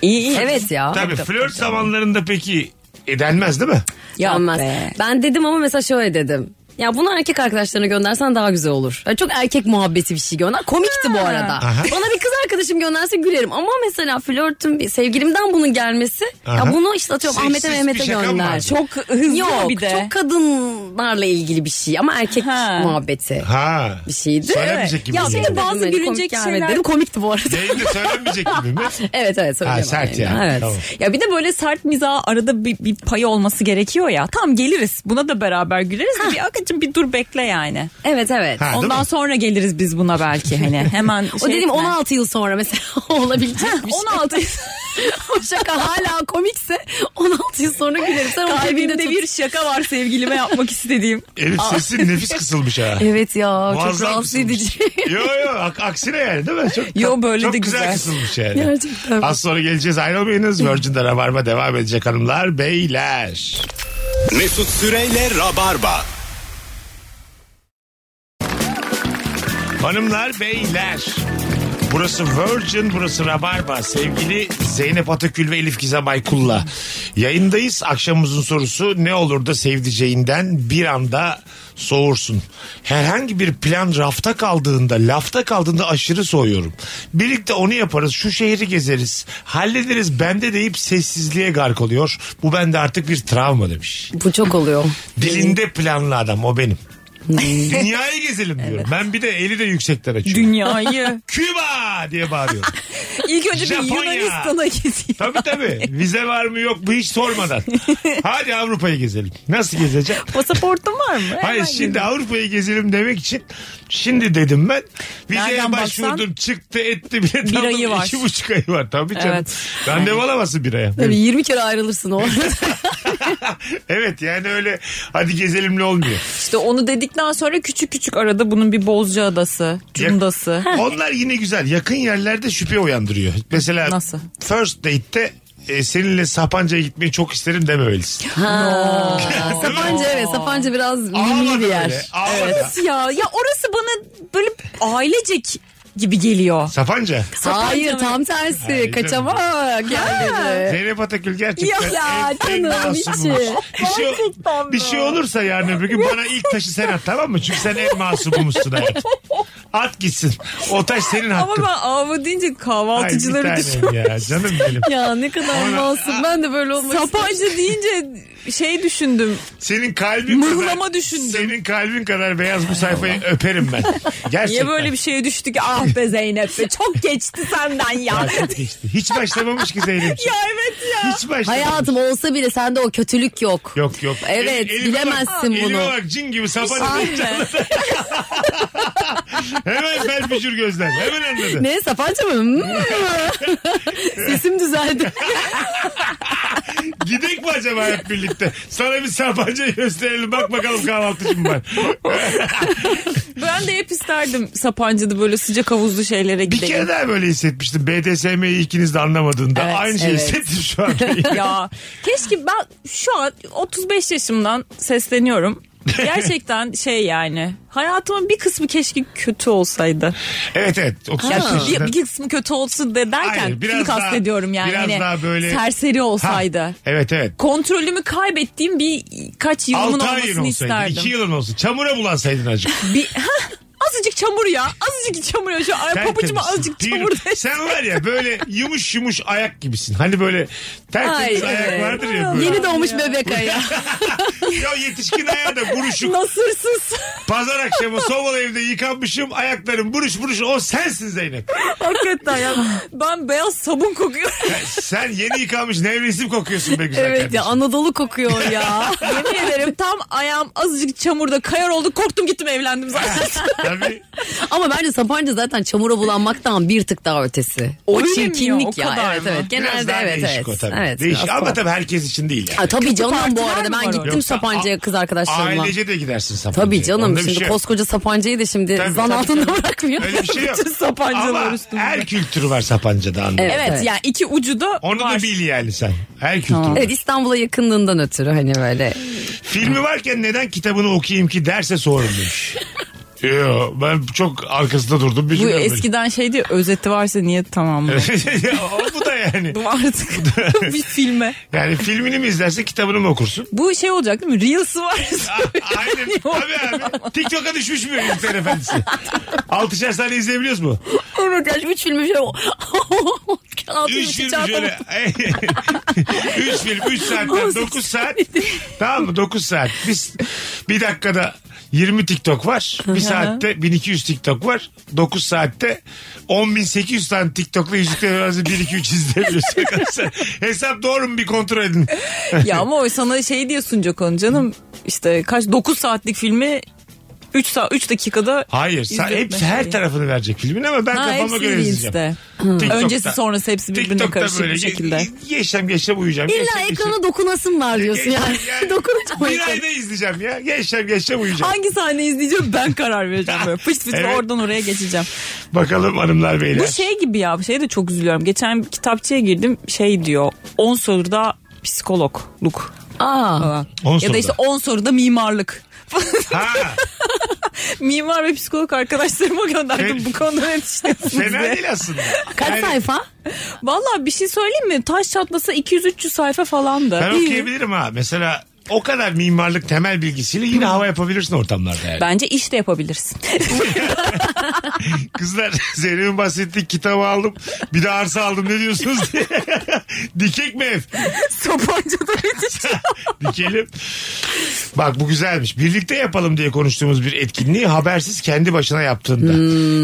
İyi iyi. evet ya. Tabii flört zamanlarında peki edenmez değil mi? Yok Yanmaz. be. Ben dedim ama mesela şöyle dedim. Ya bunu erkek arkadaşlarına göndersen daha güzel olur. Ya çok erkek muhabbeti bir şey gönder. Komikti bu arada. Aha. Bana bir kız arkadaşım gönderse gülerim. Ama mesela flörtüm bir sevgilimden bunun gelmesi. Aha. Ya bunu işte atıyorum Seksist Ahmet'e bir Mehmet'e şaka mı gönder. vardı? Çok hızlı Yok bir de. çok kadınlarla ilgili bir şey ama erkek Ha. muhabbeti Ha. şey- bir şey- şeydi. Söylemeyecek gibi. Ya mi? bir de bazı Komik gülünecek gelmedi şeyler. dedim, komikti bu arada. Yayında söylemeyecek gibi mi? evet evet söyleyemem. sert yani. yani, Evet. tamam. Ya bir de böyle sert mizaha arada bir, bir payı olması gerekiyor ya. Tam geliriz. Buna da beraber güleriz. de Bir akıcım bir dur bekle yani. Evet evet. Ha, değil Ondan mi? sonra geliriz biz buna belki hani. Hemen O şey dedim etme. 16 yıl sonra mesela olabilecek bir şey. 16 O şaka hala komikse 16 yıl sonra gülerim. Sen onu cebinde Kalbimde tut. bir şaka var sevgilime yapmak istediğim. Elif sesin nefis kısılmış ha. Evet ya çok Muazzam rahatsız kısılmış. edici. yo yo ak- aksine yani değil mi? Çok, Yo, böyle çok de güzel. güzel. kısılmış yani. Gerçekten. Az sonra geleceğiz ayrılmayınız. Virgin'de Rabarba devam edecek hanımlar beyler. Mesut Süreyle Rabarba. Hanımlar beyler. Burası Virgin, burası Rabarba. Sevgili Zeynep Atakül ve Elif Gizem Aykul'la yayındayız. Akşamımızın sorusu ne olur da sevdiceğinden bir anda soğursun. Herhangi bir plan rafta kaldığında, lafta kaldığında aşırı soğuyorum. Birlikte onu yaparız, şu şehri gezeriz, hallederiz bende deyip sessizliğe gark oluyor. Bu bende artık bir travma demiş. Bu çok oluyor. Dilinde planlı adam o benim. Dünyayı gezelim diyorum. Ben bir de eli de yüksekten açıyorum. Dünyayı. Küba diye bağırıyorum. İlk önce bir Japonya. Yunanistan'a gideyim. tabii tabii. Vize var mı yok mu hiç sormadan. Hadi Avrupa'yı gezelim. Nasıl gezeceğim? Pasaportum var mı? Hemen Hayır şimdi gideyim. Avrupa'yı gezelim demek için Şimdi dedim ben. Vizeye Nereden başvurdum baksan çıktı etti bile. bir Bir ayı var. İki buçuk ayı var tabii canım. Evet. Randevu alamazsın bir aya. Tabii 20 kere ayrılırsın o. Evet yani öyle hadi gezelimle olmuyor. İşte onu dedikten sonra küçük küçük arada bunun bir Bozcaadası, Cundası. Onlar yine güzel. Yakın yerlerde şüphe uyandırıyor. Mesela Nasıl? first date'te e, seninle Sapanca'ya gitmeyi çok isterim dememelisin. Sapanca evet Sapanca biraz Ağlama mimli bir öyle, yer. ağlama. Evet ya ya orası bana böyle ailecek gibi geliyor. Sapanca. Hayır Sapanca tam tersi canım. kaçamak gel dedi. Zeynep Atakül gerçekten Ya, en, en canım, masummuş. içi. Bir şey, bir şey olursa yarın öbür gün bana ilk taşı sen at tamam mı? Çünkü sen en masumumuzsun hayatım. At gitsin. O taş senin Ama hakkın. ben avı deyince Ay, bir kahvaltıcıları tanem düşünüyorum. ya, canım benim. Ya ne kadar masum ben de böyle olmak Sapanca deyince şey düşündüm. Senin kalbin Mıhlama kadar, düşündüm. Senin kalbin kadar beyaz bu sayfayı öperim ben. Gerçekten. Niye böyle bir şeye düştük? Ah be Zeynep be çok geçti senden ya. Ya çok geçti. Hiç başlamamış ki Zeynep. ya evet ya. Hiç başlamamış. Hayatım olsa bile sende o kötülük yok. Yok yok. Evet, bilemezsin bak, Elime bunu. bak cin gibi sapan Ay be. Hemen bel bücür gözler. Hemen anladı. Ne Sapanca mı? Hmm. Sesim düzeldi. Gidek mi acaba hep birlikte? Sana bir sapanca gösterelim. Bak bakalım kahvaltıcı mı var. Ben de hep isterdim Sapanca'da böyle sıcak havuzlu şeylere Bir gidelim. kere daha böyle hissetmiştim. BDSM'yi ikiniz de anlamadığında. Evet, Aynı şeyi evet. hissettim şu an. ya keşke ben şu an 35 yaşımdan sesleniyorum. Gerçekten şey yani hayatımın bir kısmı keşke kötü olsaydı. evet evet. 30 Ya yaşında. bir, bir kısmı kötü olsun de derken Hayır, biraz şunu daha- kastediyorum yani. biraz Hani daha böyle- Serseri Ha, olsaydı. Evet evet. Kontrolümü kaybettiğim bir kaç yılımın 6 ayın olmasını olsaydı, 2 isterdim. yılın olsun. Çamura bulansaydın azıcık. Bir, Hah, azıcık çamur ya. Azıcık çamur ya. Şu ay, pabucuma Tertemiz. azıcık Değil mi? çamur de. Sen var ya böyle yumuş yumuş ayak gibisin. Hani böyle tertemiz Ay, ayak evet. vardır ya böyle. Yeni doğmuş bebek ayağı. ya yetişkin ayağı da buruşuk. Nasırsız. Pazar akşamı sobalı evde yıkanmışım. Ayaklarım buruş buruş. O sensin Zeynep. Hakikaten ya. Ben beyaz sabun kokuyorum. Sen yeni yıkanmış nevresim kokuyorsun be güzel evet kardeşim. ya Anadolu kokuyor ya. Yemin ederim tam ayağım azıcık çamurda kayar oldu. Korktum gittim evlendim zaten. Tabii. Ama bence Sapanca zaten çamura bulanmaktan bir tık daha ötesi. O Öyle mi ya? çirkinlik O ya. kadar evet mı? evet. Biraz Genelde daha evet değişik evet. o tabii. evet değişik. biraz Ama daha. tabii herkes için değil yani. Ha, tabii canım bu partiler arada mi ben var gittim Yoksa Sapanca'ya a- kız arkadaşlarımla. Ailece de gidersin Sapanca'ya. Tabii canım Onda bir şimdi şey yok. koskoca Sapanca'yı da şimdi Tabii, zan tabii, altında tabii. bırakmıyor. Öyle bir şey yok. Bütün sapancalar Ama üstünde. her kültürü var Sapanca'da anladın. Evet. Evet, yani iki ucu da Onu var. da bil yani sen. Her kültürü var. Evet İstanbul'a yakınlığından ötürü hani böyle. Filmi varken neden kitabını okuyayım ki derse sorun demiş. Yo, ben çok arkasında durdum. Bu Bilmiyorum. eskiden şeydi özeti varsa niye tamamlı? Ya, o- bu da yani. artık bir filme. Yani filmini mi izlerse kitabını mı okursun? Bu şey olacak değil mi? Reels'ı var. A- Aynen. Tabii abi. TikTok'a düşmüş mü Yüzükler Efendisi? Altışar saniye izleyebiliyoruz mu? Evet yani üç şey filmi şöyle. Altı Üç üç film çarpı- şöyle. üç film, üç saatten dokuz saat. tamam mı? Dokuz saat. Biz bir dakikada 20 TikTok var. Bir saatte 1200 TikTok var. 9 saatte 10800 tane TikTok'la yüzükler arası 1 2 3 izleyebiliyorsun arkadaşlar. Hesap doğru mu bir kontrol edin. ya ama o sana şey diye sunacak onu canım. İşte kaç 9 saatlik filmi 3 saat 3 dakikada Hayır. Sen İzletme hepsi her şeyi. tarafını verecek filmin ama ben Ha, kafama hepsi göre izleyeceğim. Reels'te. Öncesi sonrası hepsi birbirine karışık bir şekilde. Geçeceğim geçeceğim uyuyacağım. İlla Geçeceğim, geçeceğim. ekrana dokunasın var diyorsun yani. Geçeceğim, Dokunacağım. Bir ekrana. ayda izleyeceğim ya. Geçeceğim geçeceğim uyuyacağım. Hangi sahneyi izleyeceğim ben karar vereceğim böyle. Fıç fıç Evet. oradan oraya geçeceğim. Bakalım hanımlar beyler. Bu şey gibi ya şey de çok üzülüyorum. Geçen bir kitapçıya girdim şey diyor 10 soruda psikologluk Aa. falan. On ya soruda. da işte 10 soruda mimarlık. Ha, Mimar ve psikolog arkadaşlarıma gönderdim Fe- bu konuda ne düşünüyorsunuz fena diye. değil aslında. Kaç Yani sayfa? Valla bir şey söyleyeyim mi? Taş çatlasa 200-300 sayfa falandı. Ben İyi. okuyabilirim ha. Mesela o kadar mimarlık temel bilgisiyle yine hava yapabilirsin ortamlarda yani. Bence iş de yapabilirsin. Kızlar Zeynep'in bahsettiği kitabı aldım. Bir de arsa aldım ne diyorsunuz diye. Dikek mi ev? Sapanca'da yetişeceğim. Dikelim. Bak bu güzelmiş. Birlikte yapalım diye konuştuğumuz bir etkinliği habersiz kendi başına yaptığında.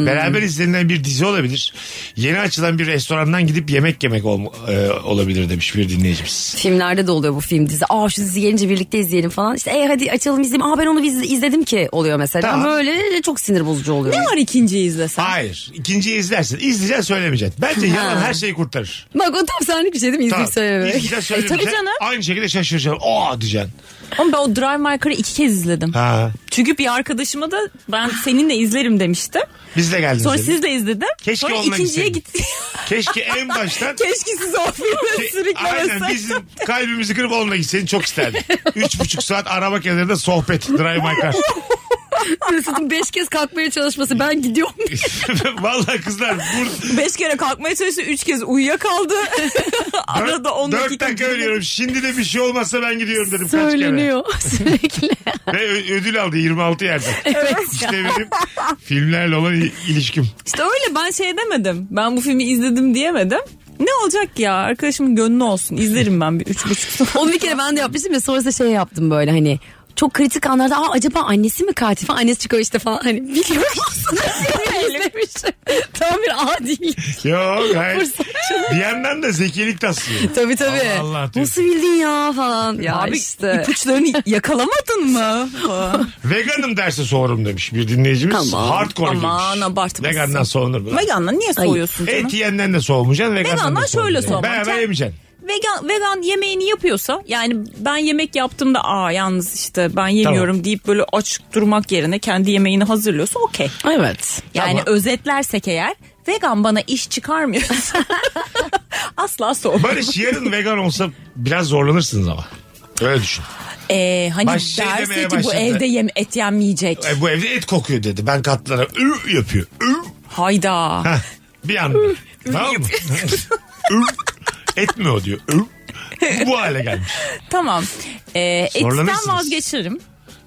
Beraber izlenilen bir dizi olabilir. Yeni açılan bir restorandan gidip yemek yemek ol- e, olabilir demiş bir dinleyicimiz. Filmlerde de oluyor bu film dizi. Aa şu dizi gelince birlikte izleyelim falan. İşte e hadi açalım izleyelim. Aa ben onu iz- izledim ki oluyor mesela. Tamam. Böyle çok sinir bozucu oluyor. Ne var ikinciyi izlesen? Hayır. İkinciyi izlersin. İzleyeceksin söylemeyeceksin. Bence yalan her şeyi kurtarır. Bak o tam senlik bir şey değil mi? İzleyip söylememek. İzleyeceksin E, tabii söylemeyeceksin. canım. Aynı şekilde şaşıracaksın. Aa diyeceksin. Ama ben o Drive My Car'ı iki kez izledim. Ha. Çünkü bir arkadaşıma da ben seninle izlerim demiştim. Biz de geldiniz. Sonra dedim. sizle izledim. Keşke Sonra onunla ikinciye gitseydim. gitti. Keşke en baştan E, Keşke siz o filme Aynen sürüklemesek. bizim kalbimizi kırıp onunla gitseydin çok isterdim. Üç buçuk saat araba kenarında sohbet. Drive my car. Mesut'un beş kez kalkmaya çalışması ben gidiyorum. Vallahi kızlar bur- Beş kere kalkmaya çalıştı. Üç kez uyuyakaldı. Arada on dört dakika. dakika ölüyorum. Şimdi de bir şey olmazsa ben gidiyorum dedim Söyleniyor sürekli. kaç kere. Ve ö- ödül aldı 26 yerde. evet. İşte benim filmlerle olan i- ilişkim. İşte öyle ben şey demedim. Ben bu filmi izledim diyemedim. Ne olacak ya? Arkadaşımın gönlü olsun. İzlerim ben bir üç buçuk saat. Onu bir kere ben de yapmıştım ya sonrasında şey yaptım böyle hani çok kritik anlarda Aa, acaba annesi mi katil falan annesi çıkıyor işte falan hani biliyor musun? şey? İzlemiş. şey. Tam bir adil. Yok hayır. bir yandan da zekilik taslıyor. Tabii tabii. Allah Allah diyorsun. Nasıl bildin ya falan. Ya Abi işte. ipuçlarını yakalamadın mı? Veganım derse soğurum demiş bir dinleyicimiz. Tamam. Hardcore Aman girmiş. abartmasın. Vegandan soğunur mu? Veganla niye soğuyorsun canım? Et yiyenden de soğumayacaksın. Vegandan, Vegandan da şöyle soğumayacaksın. soğumak. Beraber yemeyeceksin. vegan vegan yemeğini yapıyorsa yani ben yemek yaptığımda aa yalnız işte ben yemiyorum deyip böyle aç durmak yerine kendi yemeğini hazırlıyorsa okey. Evet. Yani Tamam. özetlersek eğer vegan bana iş çıkarmıyorsa asla soğuk. Barış yarın vegan olsa biraz zorlanırsınız ama. Öyle düşün. Ee, hani Baş- şey derse demeye ki bu başladı. evde yem, et yenmeyecek. E, bu evde et kokuyor dedi. Ben katlara ü yapıyor. Ü. Hayda. Hah. Bir anda. tamam mı? Ü. et mi o diyor. Ü. Bu hale gelmiş. tamam. Ee, Zorlanırsınız. etten vazgeçirim.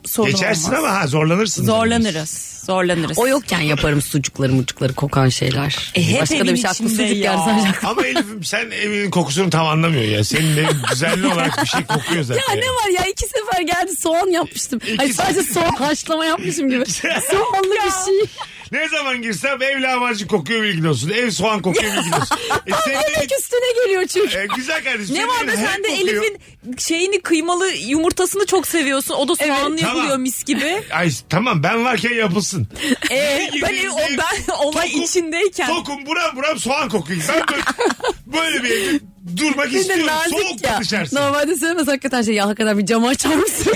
Sorun Geçersin olmaz. ama ha zorlanırsın. Zorlanırız. Zorlanırız. O yokken yaparım sucukları mucukları kokan şeyler. E, hep Başka da evin bir şey aklıma içinde sucuk ya. geldi sadece. Ama Elif'im sen evinin kokusunu tam anlamıyor ya. Senin evin düzenli olarak bir şey kokuyor zaten. Ya ne var ya iki sefer geldi soğan yapmıştım. Hani sadece soğan haşlama yapmışım gibi. Soğanlı bir şey. Ne zaman girsem ev lahmacun kokuyor bilgin olsun. Ev soğan kokuyor bilgin olsun. E, senin evin- Yemek üstüne geliyor çünkü. E, güzel kardeşim. Ne senin var be evin hem sen de kokuyor- Elif'in şeyini kıymalı yumurtasını çok seviyorsun. O da Tamam. soğanlı yapılıyor mis gibi. Ay tamam ben varken yapılsın. Ee, Bizim ben, evde o, ben olay tokum- içindeyken. Tokum buram buram soğan kokuyor. Ben böyle, böyle bir evde durmak Bir de istiyorum. nazik Soğuk ya. ya. dışarısı. Normalde söylemez hakikaten şey ya hakikaten bir camı açar mısın?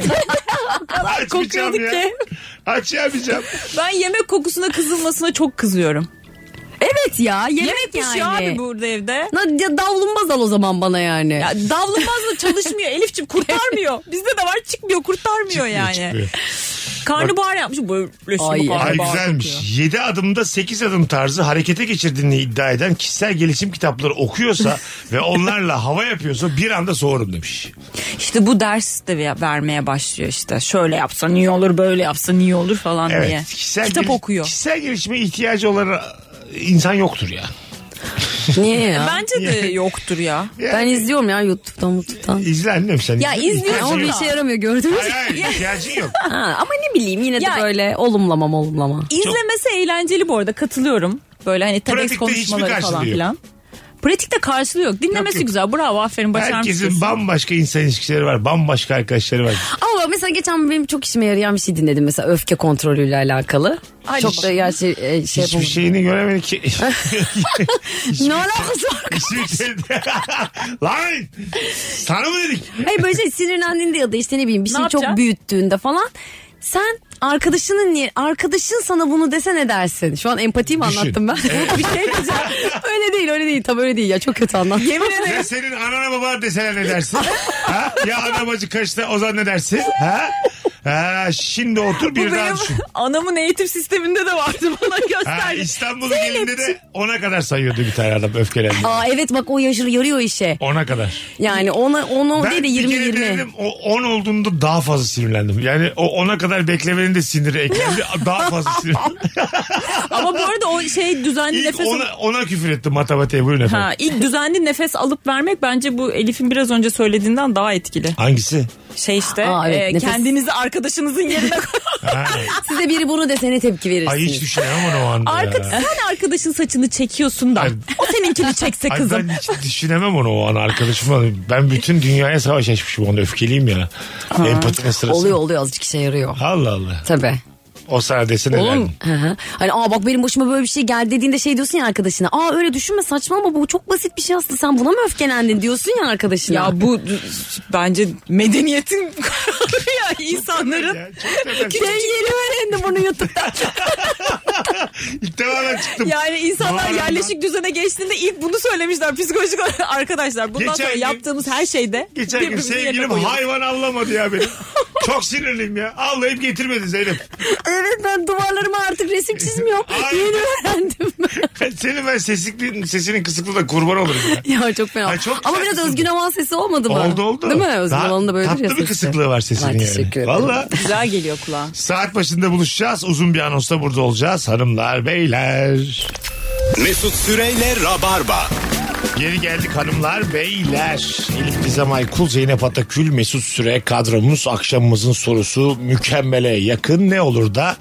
Açmayacağım kokuyordu ya. ki. Açamayacağım. Ben yemek kokusuna kızılmasına çok kızıyorum. evet ya yemek, Yemek yani. pişiyor abi burada evde. Na, ya davlumbaz al o zaman bana yani. Ya davlumbaz da çalışmıyor Elifçim kurtarmıyor. Bizde de var çıkmıyor kurtarmıyor yani. Çıkmıyor. Karnabahar yapmış böyle şimdi Ay, ay karnabahar Ay kokuyor. güzelmiş. 7 adımda 8 adım tarzı harekete geçirdiğini iddia eden kişisel gelişim kitapları okuyorsa ve onlarla hava yapıyorsa bir anda soğurum demiş. İşte bu ders de ver- vermeye başlıyor işte. Şöyle yapsan iyi olur böyle yapsan iyi olur falan Evet. diye. Kişisel Kitap geliş- okuyor. Kişisel gelişime ihtiyacı olan e, insan yoktur ya. Niye ya? Ben, Bence de yoktur ya. Yani, izliyorum ya YouTube'dan YouTube'dan. İzle annem sen. Ya İzle- izliyorum şey- Ama İhtiyacın bir yok. işe yaramıyor gördünüz mü? Hayır hayır ihtiyacın yok. Ha, ama ne bileyim yine Ya- de böyle olumlamam olumlama. İzlemesi eğlenceli bu arada katılıyorum. Böyle hani TEDx Pratikte konuşmaları hiçbir falan karşılığı filan. Pratikte karşılığı yok. Dinlemesi Yok, yok. güzel. Bravo aferin Herkesin başarmışsın. Şey bambaşka insan ilişkileri var. Bambaşka arkadaşları var. Ama mesela geçen benim çok işime yarayan bir şey dinledim mesela öfke kontrolüyle alakalı. çok da gerçi e, şey Hiçbir yapamadım. şeyini göremedik ki. Ne alakası var? Hiçbir şey- Lan! Sana mı dedik? Hayır böyle şey sinirlendiğinde ya da işte ne bileyim bir Ne şey çok yapacaksın? büyüttüğünde falan. Sen arkadaşının niye arkadaşın sana bunu dese ne dersin? Şu an empati mi Düşün. anlattım ben? bir şey diyeceğim. öyle değil öyle değil tabii öyle değil ya çok kötü anlattım. Yemin Ya senin anana babana deseler ne dersin? ha? Ya anam acı kaçta Ozan ne dersin? Ha? Ha, şimdi otur bir Bu daha benim düşün. anamın eğitim sisteminde de vardı bana Ha, gösterdi. İstanbul'un gelinde de ona kadar sayıyordu bir tane adam öfkelendi. Aa evet bak o yaşır yarıyor işe. Ona kadar. Yani ona onu Ben değil de bir 20 kere 20. denedim, o 10 olduğunda daha fazla sinirlendim. Yani o ona kadar beklemenin de siniri eklendi. daha fazla sinirlendim. Ama bu arada o şey düzenli İlk nefes alıp- ona, ona küfür ettim matematiğe buyurun efendim. Ha, ilk düzenli nefes alıp vermek bence bu Elif'in biraz önce söylediğinden daha etkili. Hangisi? Şey işte Aa, evet, e, nefes- kendinizi arkadaşınızın yerine koy. Size biri bunu desene tepki verirsiniz. Ay hiç düşünemem onu o anda Arka, ya. sen arkadaşın saçını çekiyorsun da Ay. o seninkini çekse Ay kızım. ben hiç düşünemem onu o an arkadaşıma. Ben bütün dünyaya savaş açmışım onu öfkeliyim ya. Empatime sırası. Oluyor oluyor azıcık işe yarıyor. Allah Allah. Tabii. O sana desene Oğlum derdin. hı hı. hani aa bak benim başıma böyle bir şey geldi dediğinde şey diyorsun ya arkadaşına. Aa öyle düşünme saçmalama bu çok basit bir şey aslında sen buna mı öfkelendin diyorsun ya arkadaşına. Ya bu bence medeniyetin ya insanların Ya, çok temel. ben yeni öğrendim bunu YouTube'da. İlk defa ben çıktım. yani insanlar Doğru. yerleşik düzene geçtiğinde ilk bunu söylemişler psikolojik olarak. arkadaşlar. Bundan Geçen sonra gün- yaptığımız her şeyde Geçen gün birbirimizin yerine sevgilim koyuyoruz. hayvan avlamadı ya benim. Çok sinirliyim ya. Avlayıp getirmedi Zeynep. evet ben duvarlarıma artık resim çizmiyorum. Ay. yeni öğrendim. Senin ben sesinin, sesinin kısıklığına kurban olurum ya. ya çok fena. Ay, çok Ama tatlısın. biraz Özgün Amal sesi olmadı mı? Oldu oldu. Değil mi? Özgün Daha Amal'ın da böyle Tatlı bir sesi. kısıklığı var sesinin Ay, yani. teşekkür ederim. Valla Güzel geliyor kulağa. saat başında buluşacağız. Uzun bir anonsla burada olacağız. Hanımlar, beyler. Mesut Süreyle Rabarba. Geri geldik hanımlar, beyler. Elif Gizem Aykul, Zeynep Atakül, Mesut Süre kadromuz. Akşamımızın sorusu mükemmele yakın. Ne olur da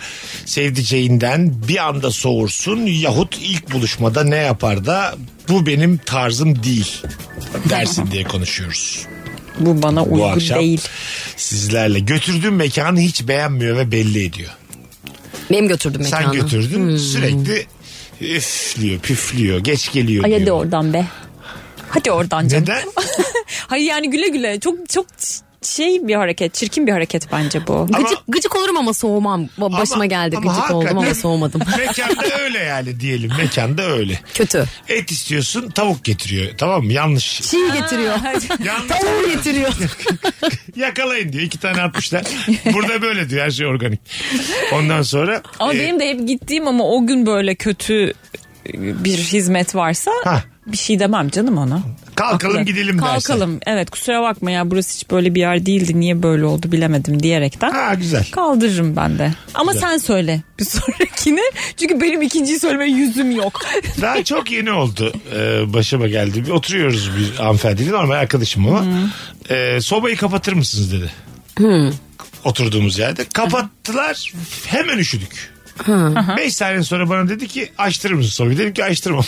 sevdiceğinden bir anda soğursun yahut ilk buluşmada ne yapar da bu benim tarzım değil dersin diye konuşuyoruz. Bu bana Bu akşam sizlerle götürdüğüm mekanı hiç beğenmiyor ve belli ediyor. Benim götürdüm mekanı. Sen götürdün Hmm. sürekli üflüyor, püflüyor, geç geliyor Ay hadi diyor. oradan be. Hadi oradan canım. Neden? Hayır yani güle güle. Çok çok şey bir hareket. Çirkin bir hareket bence bu. Gıcık, Ama- gıcık olurum ama soğumam. Ba- Başıma geldi gıcık hakikaten oldum ama soğumadım. mekanda öyle yani diyelim. Mekanda öyle. Kötü. Et istiyorsun tavuk getiriyor. Tamam mı? Yanlış. Çiğ getiriyor. Yanlış. Tavuğu getiriyor. Yakalayın diyor. İki tane atmışlar. Burada böyle diyor. Her şey organik. Ondan sonra. Ama e, benim de hep gittiğim ama o gün böyle kötü e, bir hizmet varsa Hah. bir şey demem canım ona. Kalkalım Haklı. gidelim Kalkalım. Evet kusura bakma ya burası hiç böyle bir yer değildi. Niye böyle oldu bilemedim diyerekten. Ha güzel. Kaldırırım ben de. Ama sen söyle bir sonrakini. Çünkü benim ikinciyi söylemeye yüzüm yok. Daha çok yeni oldu. Ee, başıma geldi. Bir oturuyoruz bir hanımefendiyle. Normal arkadaşım ama. Ee, sobayı kapatır mısınız dedi. Oturduğumuz yerde. Kapattılar. Hemen üşüdük. Beş saniye sonra bana dedi ki açtırır mısın sobayı? Dedim ki açtırmam.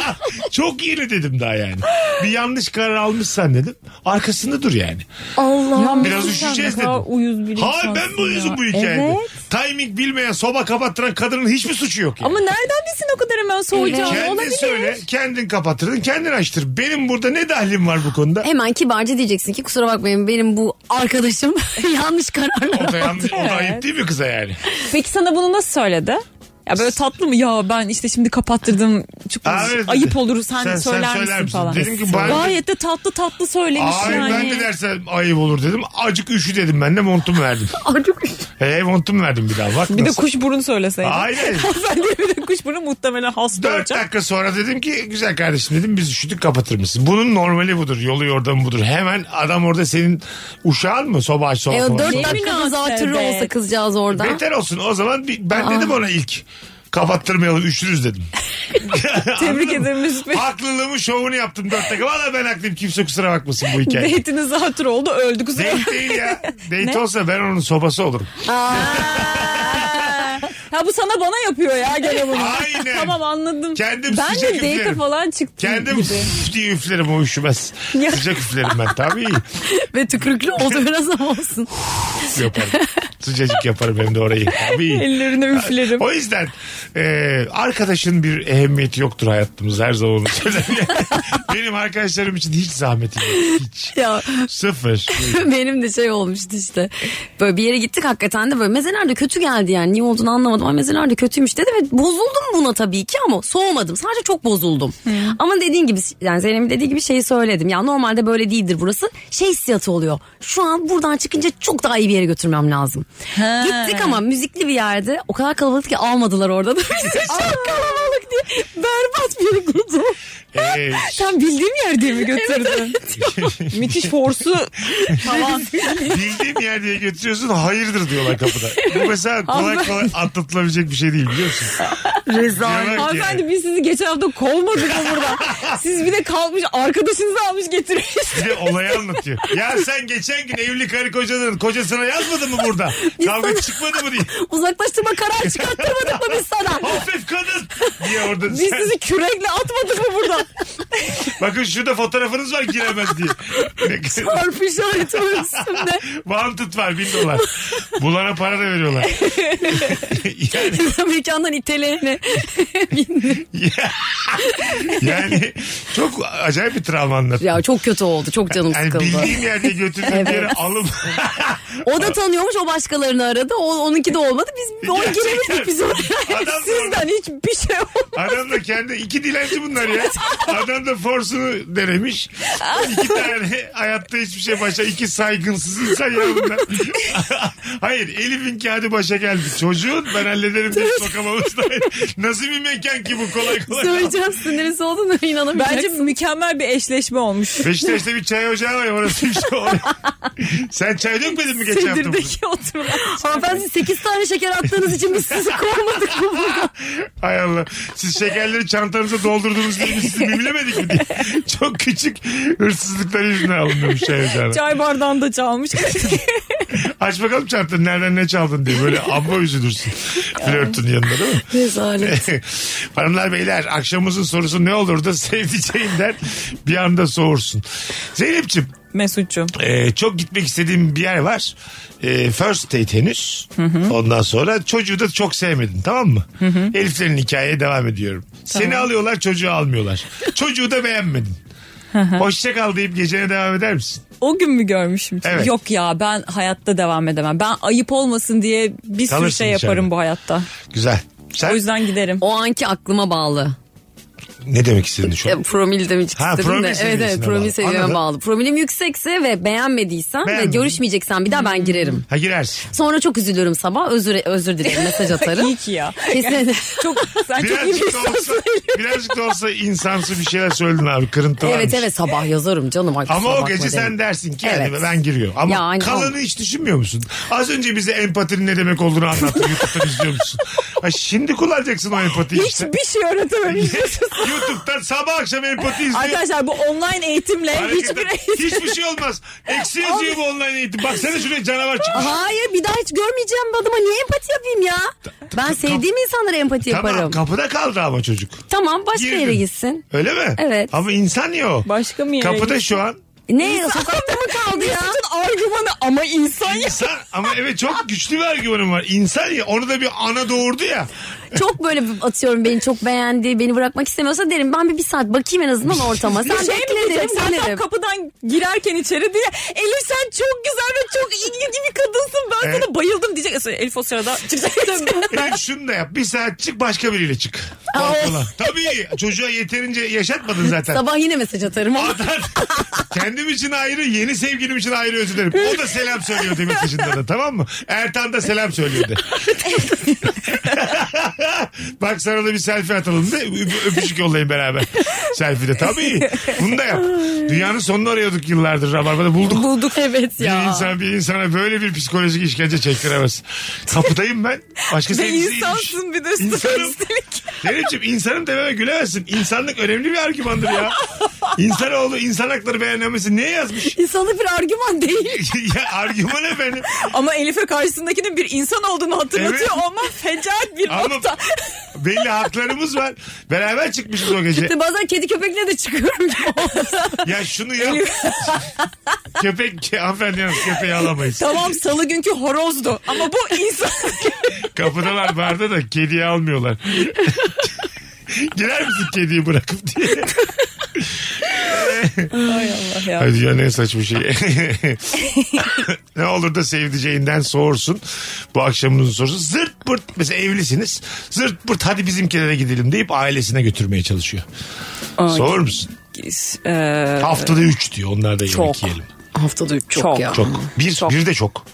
çok yeni dedim daha yani. Bir yanlış karar almışsan dedim. Arkasında dur yani. Allah Biraz üşüyeceğiz dedim. Uyuz bir Hayır ben insansın bu yüzüm ya. bu hikayede. Evet. Timing bilmeyen soba kapattıran kadının hiçbir suçu yok. Yani. Ama nereden bilsin o kadar hemen soğuyacağını Kendin olabilir. söyle, kendin kapatırdın, kendin açtır. Benim burada ne dahlim var bu konuda? Hemen kibarca diyeceksin ki kusura bakmayın benim bu arkadaşım yanlış O da, kararlar yan- aldı. o da ayıp değil mi kıza yani? Peki sana bunu nasıl söyledi? Ya böyle tatlı mı? Ya ben işte şimdi kapattırdım. Çok Aa, evet. ayıp olur sen, Sen- sen söyler söyler misin misin? falan. Dedim ki ben- Gayet de tatlı tatlı söylemiş Ay yani. ben de dersem ayıp olur dedim. Acık üşü dedim ben de montumu verdim. Hey montumu verdim bir daha bak Bir de nasıl. kuş burun söyleseydi. Aynen. Sen de bir de kuş burun muhtemelen hasta Dört olacak. dakika sonra dedim ki güzel kardeşim dedim biz üşüdük kapatır mısın? Bunun normali budur. Yolu yordamı budur. Hemen adam orada senin uşağın mı? Soba aç soba. E, soba o aç. dört Soba- dakika zatürre münasebet. olsa kızacağız orada. Beter olsun. O zaman bir- ben dedim ona ilk. Kapattırmayalım üşürüz dedim. Anladın mı? ederim Mesut Bey. Haklılığımın şovunu yaptım dört dakika. Valla ben haklıyım. Kimse kusura bakmasın bu hikaye. Date'iniz zatür oldu öldü kusura. Date değil ya. Date olsa ben onun sobası olurum. Ha bu sana bana yapıyor ya gene bunu. Aynen. tamam anladım. Kendim ben sıcak de date üflerim. falan çıktım Kendim gibi. üf diye üflerim o üşümez. Ya. Sıcak üflerim ben tabii. Ve tükürüklü oldu biraz ama olsun. yaparım. Sıcacık yaparım hem de orayı. Tabii. Ellerine üflerim. O yüzden e, arkadaşın bir ehemmiyeti yoktur hayatımız her zaman. onu söylerim. Benim arkadaşlarım için hiç zahmetim yok. Hiç. ya Sıfır. benim de şey olmuştu işte. Böyle bir yere gittik hakikaten de böyle mezeler de kötü geldi yani. Niye olduğunu anlamadım ama mezeler de kötüymüş dedi ve bozuldum buna tabii ki ama soğumadım. Sadece çok bozuldum. Ama dediğin gibi yani Zeynep'in dediği gibi şeyi söyledim. Ya normalde böyle değildir burası. Şey hissiyatı oluyor. Şu an buradan çıkınca çok daha iyi bir yere götürmem lazım. Gittik ama müzikli bir yerde o kadar kalabalık ki almadılar orada da bizi. Çok kalabalık diye berbat bir grubu. E, Ee, Sen bildiğim yerde mi götürdün? Müthiş forsu falan. Bildiğim yer diye götürüyorsun hayırdır diyorlar kapıda. Bu mesela kolay kolay atlatılabilecek bir şey değil biliyor musun? Diyorlar ki- Hanımefendi biz sizi geçen hafta kovmadık mı buradan? Siz bir de kalkmış arkadaşınızı almış getiriyorsunuz. Bir de olayı anlatıyor. Ya sen geçen gün evli karı kocanın kocasına yazmadın mı burada? Kavga çıkmadı mı diye. Uzaklaştırma kararı çıkarttırmadık mı biz sana? Hafif kadın diye orada. Biz Sen, sizi kürekle atmadık mı buradan? bakın şurada fotoğrafınız var giremez diye. Harf işareti var üstümde. Wanted var bin dolar. Bulana para da veriyorlar. yani, Mekandan iteleyene. yani çok acayip bir travma anlat. Ya çok kötü oldu. Çok canım Yani sıkıldı. bildiğim yerde götürdüğüm Evet. yere alım. O da tanıyormuş o başkalarını aradı. O, onunki de olmadı. Biz o Gerçekten. giremedik biz oraya. Adam Sizden hiçbir şey olmadı. Adam da kendi iki dilenci bunlar ya. Adam da forsunu denemiş. İki tane hayatta hiçbir şey başa iki saygınsız insan ya bunlar. Hayır Elif'in kağıdı başa geldi. Çocuğun ben hallederim diye sokamamış da. Nasıl bir mekan ki bu kolay kolay. Söyleyeceğim sinirisi olduğunu inanamayacaksın. Bence mükemmel bir eşleşme olmuş. Beşiktaş'ta bir çay ocağı var ya orası bir şey. Oraya- Sen çay dökmedin mi geçen hafta? Sindirdeki Şey oturulan. Hanımefendi 8 tane şeker attığınız için biz sizi kovmadık mı burada? Hay Allah. Siz şekerleri çantanıza doldurdunuz diye biz sizi bilemedik mi diye. Çok küçük hırsızlıkları yüzünden alınmış çay ocağı. Çay bardağını da çalmış. Aç bakalım çantanı nereden ne çaldın diye böyle amma üzülürsün. Flörtün yanında değil mi? Rezalet. Hanımlar beyler akşamımızın sorusu ne olur da sevdiceğinden bir anda soğursun. Zeynep'ciğim Mesut'cum. e, çok gitmek istediğim bir yer var. E, first date henüz. Ondan sonra çocuğu da çok sevmedin tamam mı? Eliflerin hikayeye devam ediyorum. Seni alıyorlar çocuğu almıyorlar. çocuğu da beğenmedin. Hoşça kal deyip gecene devam eder misin? O gün mü görmüşüm? Evet. Yok ya ben hayatta devam edemem. Ben ayıp olmasın diye bir sürü Kalırsın şey yaparım içeride. bu hayatta. Güzel. Sen O yüzden giderim. O anki aklıma bağlı. ne demek istedin şu an? E, promil demek Ha, istedim promil de. Evet seviyesine evet promil bağlı. Anladım. seviyeme bağlı. Promilim yüksekse ve beğenmediysen ve Beğenmedim. Hmm. görüşmeyeceksen bir daha ben girerim. Ha girersin. Sonra çok üzülürüm sabah. Özür özür dilerim mesaj atarım. İyi ki ya. Kesin. Çok, sen çok iyi bir Birazcık da insan. olsa, birazcık da olsa insansı bir şeyler söyledin abi kırıntı varmış. evet evet sabah yazarım canım. ay, Ama kusura o bakma gece derim. sen dersin ki Evet. yani ben giriyorum. Ama Yani kalanı hiç düşünmüyor musun? Az önce bize empatinin ne demek olduğunu anlattın. YouTube'dan izliyor musun? Ha şimdi kullanacaksın o empatiyi işte. Hiçbir şey öğretememiş. YouTube'dan sabah akşam empati izliyor. Arkadaşlar bu online eğitimle Hareketler- hiçbir eğitim. Hiçbir şey olmaz. Eksi yazıyor bu online eğitim. Baksana şuraya canavar çıkmış. Hayır bir daha hiç görmeyeceğim bu adama niye empati yapayım ya? Ben sevdiğim insanlara empati Tamam yaparım. kapıda kaldı ama çocuk. Tamam başka Girdin. yere gitsin. Öyle mi? Evet. Ama insan ya o. Başka mı yere Kapıda gitsin? şu an Ne sokakta mı kaldı ya? Argümanı ama insan ya. İnsan ama evet çok güçlü bir argümanım var. İnsan ya onu da bir ana doğurdu ya. Çok böyle bir atıyorum beni çok beğendi beni bırakmak istemiyorsa derim ben bir bir saat bakayım en azından ortama. Sen Şey bekle mi diyeceğim derim sen tam söylerim. kapıdan girerken içeri diye Elif sen çok güzel ve çok ilginç bir kadınsın ben Evet. sana bayıldım diyecek. Elif o sırada çıkacak. Evet şunu da yap. Bir saat çık başka biriyle çık. Balkona. Tabii çocuğa yeterince yaşatmadın zaten. Sabah yine mesaj atarım ama Atar. Kendim için ayrı, yeni sevgilim için ayrı özür dilerim. O da selam söylüyor demek dışında da tamam mı? Ertan da selam söylüyordu. Bak sana da bir selfie atalım da öp- öpücük yollayın beraber. Selfie de tabii. Bunu da yap. Dünyanın sonunu arıyorduk yıllardır. Rabarba'da bulduk. bulduk evet Bir ya. insan bir insana böyle bir psikolojik işkence çektiremez. Kapıdayım ben. Başka Ve sevgilisi insansın bir de üstüne İnsanım. üstelik. Denizciğim insanım dememe gülemezsin. İnsanlık önemli bir argümandır ya. İnsanoğlu insan hakları beğenmemesi niye yazmış? İnsanlık bir argüman değil. ya argüman efendim. Ama Elif'e karşısındakinin bir insan olduğunu hatırlatıyor Evet. ama fecaat bir Ama nokta. belli haklarımız var. Beraber çıkmışız o gece. Bazen kedi köpekle de çıkıyorum. Ya şunu yap. Köpek, hanımefendi yalnız köpeği alamayız. tamam salı günkü horozdu ama bu insan. Kapıdalar barda da kediyi almıyorlar. Girer misin kediyi bırakıp diye. Ay Allah ya. Ay dünyanın en saçma şeyi. ne olur da sevdiceğinden soğursun. Bu akşamınızın sorusu. Zırt pırt mesela evlisiniz. Zırt pırt hadi bizimkilere gidelim deyip ailesine götürmeye çalışıyor. Soğur musun? Ee, Haftada üç diyor onlar da yemek çok. yiyelim. Haftada üç e, çok, Çok. ya. Çok. Bir, bir de çok.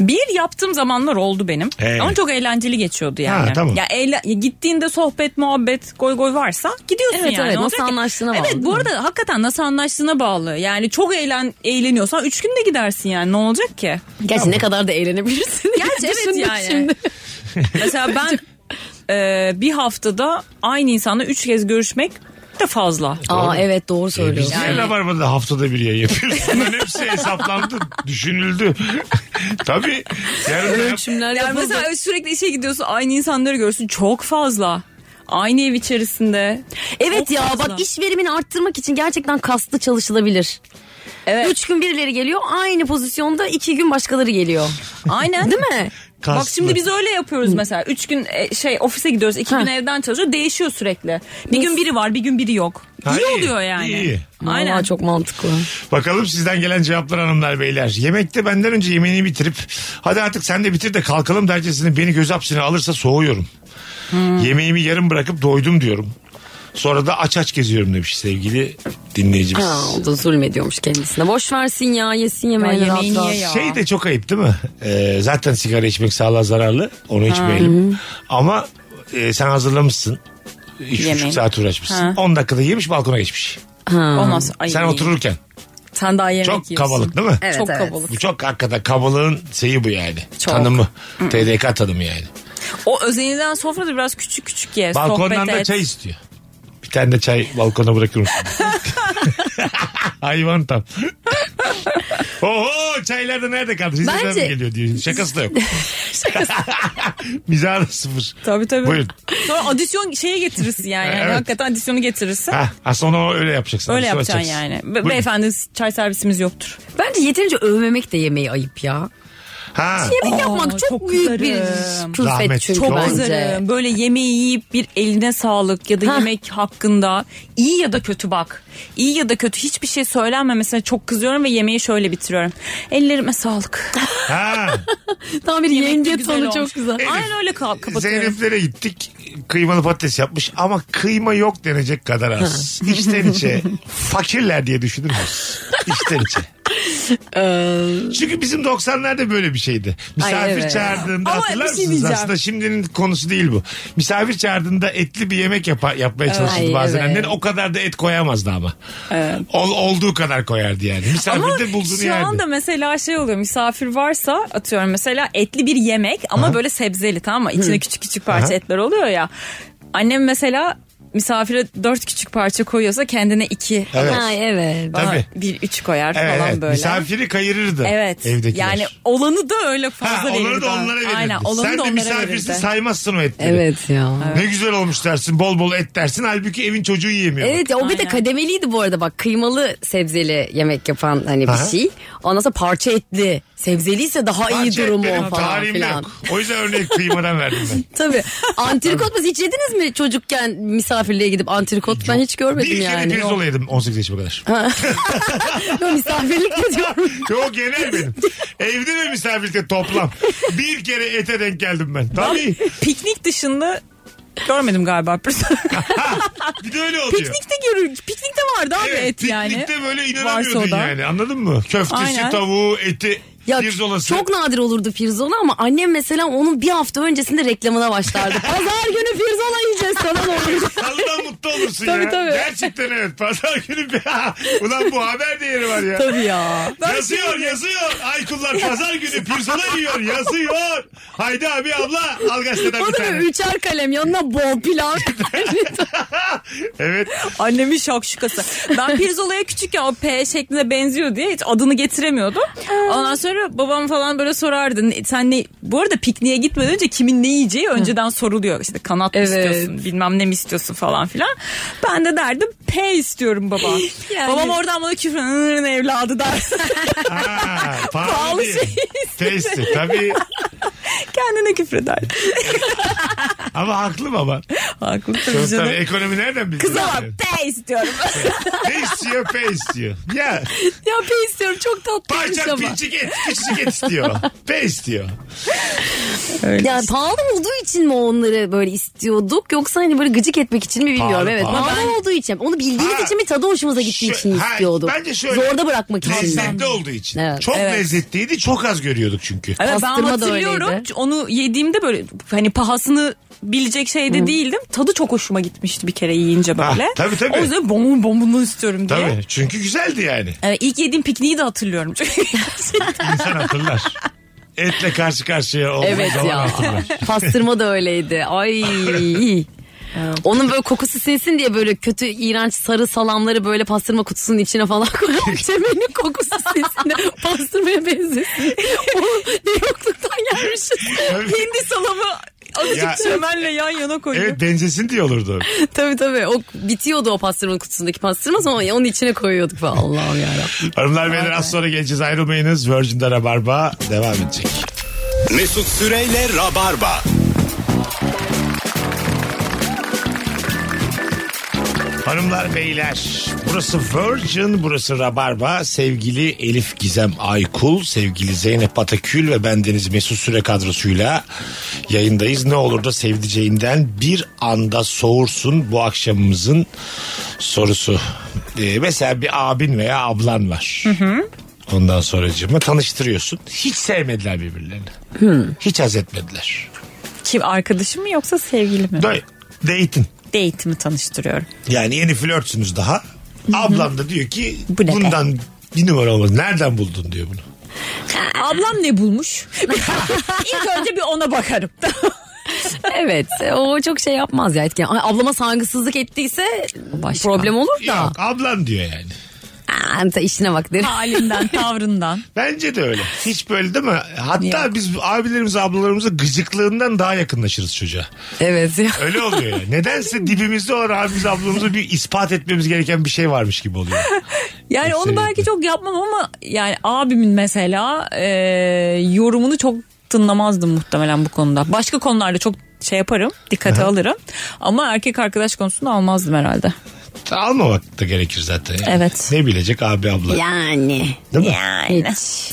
Bir yaptığım zamanlar oldu benim. He. Ama çok eğlenceli geçiyordu yani. tamam. Ya eğle- ya gittiğinde sohbet, muhabbet, goy goy varsa gidiyorsun Evet, yani. evet. Olacak Nasıl ki- anlaştığına bağlı, Evet değil bu mi? arada hakikaten nasıl anlaştığına bağlı. Yani çok eğlen eğleniyorsan üç günde gidersin yani ne olacak ki? Gerçi ne kadar da eğlenebilirsin. Gerçi evet Düşündüm yani. şimdi. Mesela ben e, bir haftada aynı insanla üç kez görüşmek de fazla. Aa evet doğru E biz söylüyorsun. niye Rabarba'da haftada bir yayın yapıyoruz? Bunların hepsi hesaplandı, düşünüldü. Tabii. Yarın da yap- Ölçümler Yani yapıldı. mesela sürekli işe gidiyorsun aynı insanları görürsün çok fazla. Aynı ev içerisinde. Evet Çok ya fazla. bak iş verimini arttırmak için gerçekten kaslı çalışılabilir. Evet. Üç gün birileri geliyor aynı pozisyonda iki gün başkaları geliyor. Aynen. Değil mi? Bak Kaslı. şimdi biz öyle yapıyoruz mesela. Üç gün e, şey ofise gidiyoruz, iki Ha. gün evden çalışıyor. Değişiyor sürekli. Bir gün biri var, bir gün biri yok. Ha, iyi iyi, oluyor yani. iyi. Aynen. Vallahi çok mantıklı. Bakalım sizden gelen cevaplar hanımlar beyler. Yemekte benden önce yemeğini bitirip hadi artık sen de bitir de kalkalım dercesine beni göz hapsine alırsa soğuyorum. Hmm. Yemeğimi yarım bırakıp doydum diyorum. Sonra da aç aç geziyorum demiş sevgili dinleyicimiz. Ha, o da zulmediyormuş kendisine. Boş versin ya yesin Ya yemeğini rahat yemeği rahat. niye ya? Şey de çok ayıp değil mi? Ee, zaten sigara içmek sağlığa zararlı. Onu içmeyelim. Ama e, sen hazırlamışsın. 3,5 Yemeği. saat uğraşmışsın. Ha. 10 dakikada yemiş balkona geçmiş. Olmaz. Ay. Sen otururken. Sen daha yemek Çok yiyorsun. kabalık değil mi? Evet, çok evet. kabalık. Bu çok hakikaten kabalığın şeyi bu yani. Çok. Tanımı. TDK tanımı yani. O özenilen sofrada biraz küçük küçük ye. Balkondan sohbet da et. çay istiyor. Bir tane de çay balkona bırakır mısın? Hayvan tam. Oho çaylar da nerede kaldı? Rize'den Bence- mi geliyor diyor. Şakası da yok. Mizahı da sıfır. Tabii tabii. Buyurun. Sonra adisyon şeye getirirsin yani. Yani Evet. Hakikaten adisyonu getirirsin. Ha, aslında onu öyle yapacaksın. Öyle Sonra yapacaksın açacaksın. yani. Be- Buyurun. beyefendi çay servisimiz yoktur. Bence yeterince övmemek de yemeği ayıp ya. Ha. Yemek yapmak çok, çok büyük kızarım. bir külfet Zahmet, çünkü çok bence. Kızarım. Böyle yemeği yiyip bir eline sağlık ya da Hah. yemek hakkında iyi ya da kötü bak. İyi ya da kötü hiçbir şey söylenmemesine çok kızıyorum ve yemeği şöyle bitiriyorum. Ellerime sağlık. Ah, Ha. Tam bir yenge güzel tonu olmuş. çok güzel. Aynen öyle ka- kapatıyorum. Zeynep'lere gittik. Kıymalı patates yapmış ama kıyma yok denecek kadar az. İçten içe fakirler diye düşünür müsünüz? İçten içe. Ee, Çünkü bizim 90'larda böyle bir şeydi. Misafir Ay, evet. çağırdığında Ama hatırlar bir şey mısınız? diyeceğim. Aslında şimdinin konusu değil bu. Misafir çağırdığında etli bir yemek yapa- yapmaya çalışırdı Ay, bazen evet. annen. O kadar da et koyamazdı ama. Ol- olduğu kadar koyardı yani. Ama Misafirde bulduğunu şu yerdi. anda mesela şey oluyor misafir varsa atıyorum mesela etli bir yemek ama böyle sebzeli tamam mı? İçine küçük küçük parça Aha. etler oluyor ya. Annem mesela misafire dört küçük parça koyuyorsa kendine iki Evet. Ay evet. Bana Tabii. bir üç koyar Evet, falan evet. böyle. Misafiri kayırırdı. Evet. Evdekiler. Yani olanı da öyle fazla Ha, verirdi. onları da onlara verirdi. Aynen olanı Sen da de onlara misafirsin verirdi. saymazsın o etleri. Evet ya. Ne güzel olmuş dersin bol bol et dersin halbuki evin çocuğu yiyemiyor. Evet ya o bir de Aynen. kademeliydi bu arada bak kıymalı sebzeli yemek yapan hani bir Aha. şey. Ondan sonra parça etli sebzeliyse daha Parça iyi durumu etlerin falan tarihim filan. yok. O yüzden örnek kıymadan verdim ben. Tabii antrikot mu hiç yediniz mi çocukken misafirliğe gidip antrikot ben hiç bir görmedim kere yani. pirzola yedim 18 yaşıma kadar. Yok, misafirlikte diyorum. Yok genel benim. Evde ve misafirlikte toplam. Bir kere ete denk geldim ben. Tabii. Piknik dışında görmedim galiba. Bir de öyle oluyor. piknikte görür. Piknikte vardı abi Evet, et yani. Piknikte böyle Varsa inanamıyordun o da. yani anladın mı? Köftesi, Aynen. tavuğu, eti, Ya pirzolası. çok nadir olurdu pirzola ama annem mesela onun bir hafta öncesinde reklamına başlardı. Pazar günü pirzola yiyeceğiz falan olurdu. Allah'tan mutlu olursun Tabii, ya. tabii. Gerçekten evet. Pazar günü bir... Ulan bu haber değeri var ya. Tabii ya. yazıyor yazıyor. Aykullar pazar günü pirzola yiyor yazıyor. Haydi abi abla al gazeteden bir O da böyle tane. üçer kalem yanına bol pilav. Evet. Annemin şakşukası. Ben pirzolaya küçükken o P şekline benziyor diye hiç adını getiremiyordum. Ondan sonra babam falan böyle sorardı. "Ne- Sen ne? Bu arada pikniğe gitmeden önce kimin ne yiyeceği önceden soruluyor. İşte kanat mı Evet. istiyorsun bilmem ne mi istiyorsun falan filan. Ben de derdim P istiyorum baba. Yani- Babam oradan bana küfür "Iı, evladı der. Ha, pahalı Pahalı değil. Testi tabii. Kendine küfreder. Ama haklı baban. Haklı tabii Sonuçta canım. ekonomi nereden bilsin? Kıza bak P istiyorum. Ne istiyor P istiyor. Ya Ya pey istiyorum çok tatlıymış parça ama. pinçik et küçücük et istiyor. P istiyor. Ya pahalı olduğu için mi onları böyle istiyorduk yoksa hani böyle gıcık etmek için mi bilmiyorum. Pahalı, evet pahalı. pahalı, olduğu için. Onu bildiğimiz Ha. için mi tadı hoşumuza gittiği Şu- için Ha, istiyorduk. Bence şöyle. Zorda bırakmak için mi? Lezzetli olduğu için. Evet. Çok Evet. lezzetliydi çok az görüyorduk çünkü. Evet, ben Pastırma da hatırlıyorum. öyleydi. Onu yediğimde böyle hani pahasını bilecek şeyde değildim. Tadı çok hoşuma gitmişti bir kere yiyince böyle. Ah, tabii, tabii. O yüzden bombun bombundan istiyorum diye. Tabii çünkü güzeldi yani. Evet, ilk yediğim pikniği de hatırlıyorum. Çünkü gerçekten. İnsan hatırlar. Etle karşı karşıya olduğu Evet zaman ya. hatırlar. Pastırma da öyleydi. Ay. Onun böyle kokusu sinsin diye böyle kötü iğrenç sarı salamları böyle pastırma kutusunun içine falan koyuyor. Çemenin kokusu sinsin de pastırmaya benzesin. Oğlum ne yokluktan gelmişiz. Tabii. Hindi salamı azıcık Ya- çömenle yan yana koyuyor. Evet benzesin diye olurdu. tabii tabii o bitiyordu o pastırma kutusundaki pastırma ama onun içine koyuyorduk falan. Allah'ım yarabbim. Hanımlar beyler az sonra geleceğiz ayrılmayınız. Virgin'de Rabarba devam edecek. Mesut Süreyle Rabarba. Hanımlar beyler burası Virgin burası Rabarba sevgili Elif Gizem Aykul sevgili Zeynep Atakül ve bendeniz Mesut Süre kadrosuyla yayındayız. Ne olur da sevdiceğinden bir anda soğursun bu akşamımızın sorusu. Ee, mesela bir abin veya ablan var. Ondan sonracığıma tanıştırıyorsun. Hiç sevmediler birbirlerini. Hiç haz etmediler. Kim arkadaşım mı yoksa sevgili mi? Dö- Date'in. Date mi tanıştırıyorum? Yani yeni flörtsünüz daha. Ablam da diyor ki Bu ne be? bundan bir numara olmaz. Nereden buldun diyor bunu. Ablam ne bulmuş? İlk önce bir ona bakarım. Evet o çok şey yapmaz ya etken. Ay, ablama saygısızlık ettiyse problem olur da. Yok ablam diyor yani. Aa, sen işine bak derim. Halinden, tavrından. Bence de öyle. Hiç böyle değil mi? Hatta biz abilerimiz ablalarımıza gıcıklığından daha yakınlaşırız çocuğa. Evet ya. Öyle oluyor yani. Nedense dibimizde olan abimiz ablamıza bir ispat etmemiz gereken bir şey varmış gibi oluyor. Yani onu Kesinlikle. belki çok yapmam ama yani abimin mesela e, yorumunu çok tınlamazdım muhtemelen bu konuda. Başka konularda çok şey yaparım, dikkate alırım. Ama erkek arkadaş konusunda almazdım herhalde. Almamak da gerekir zaten. yani. Evet. Ne bilecek abi abla. Yani. Değil mi? Hiç.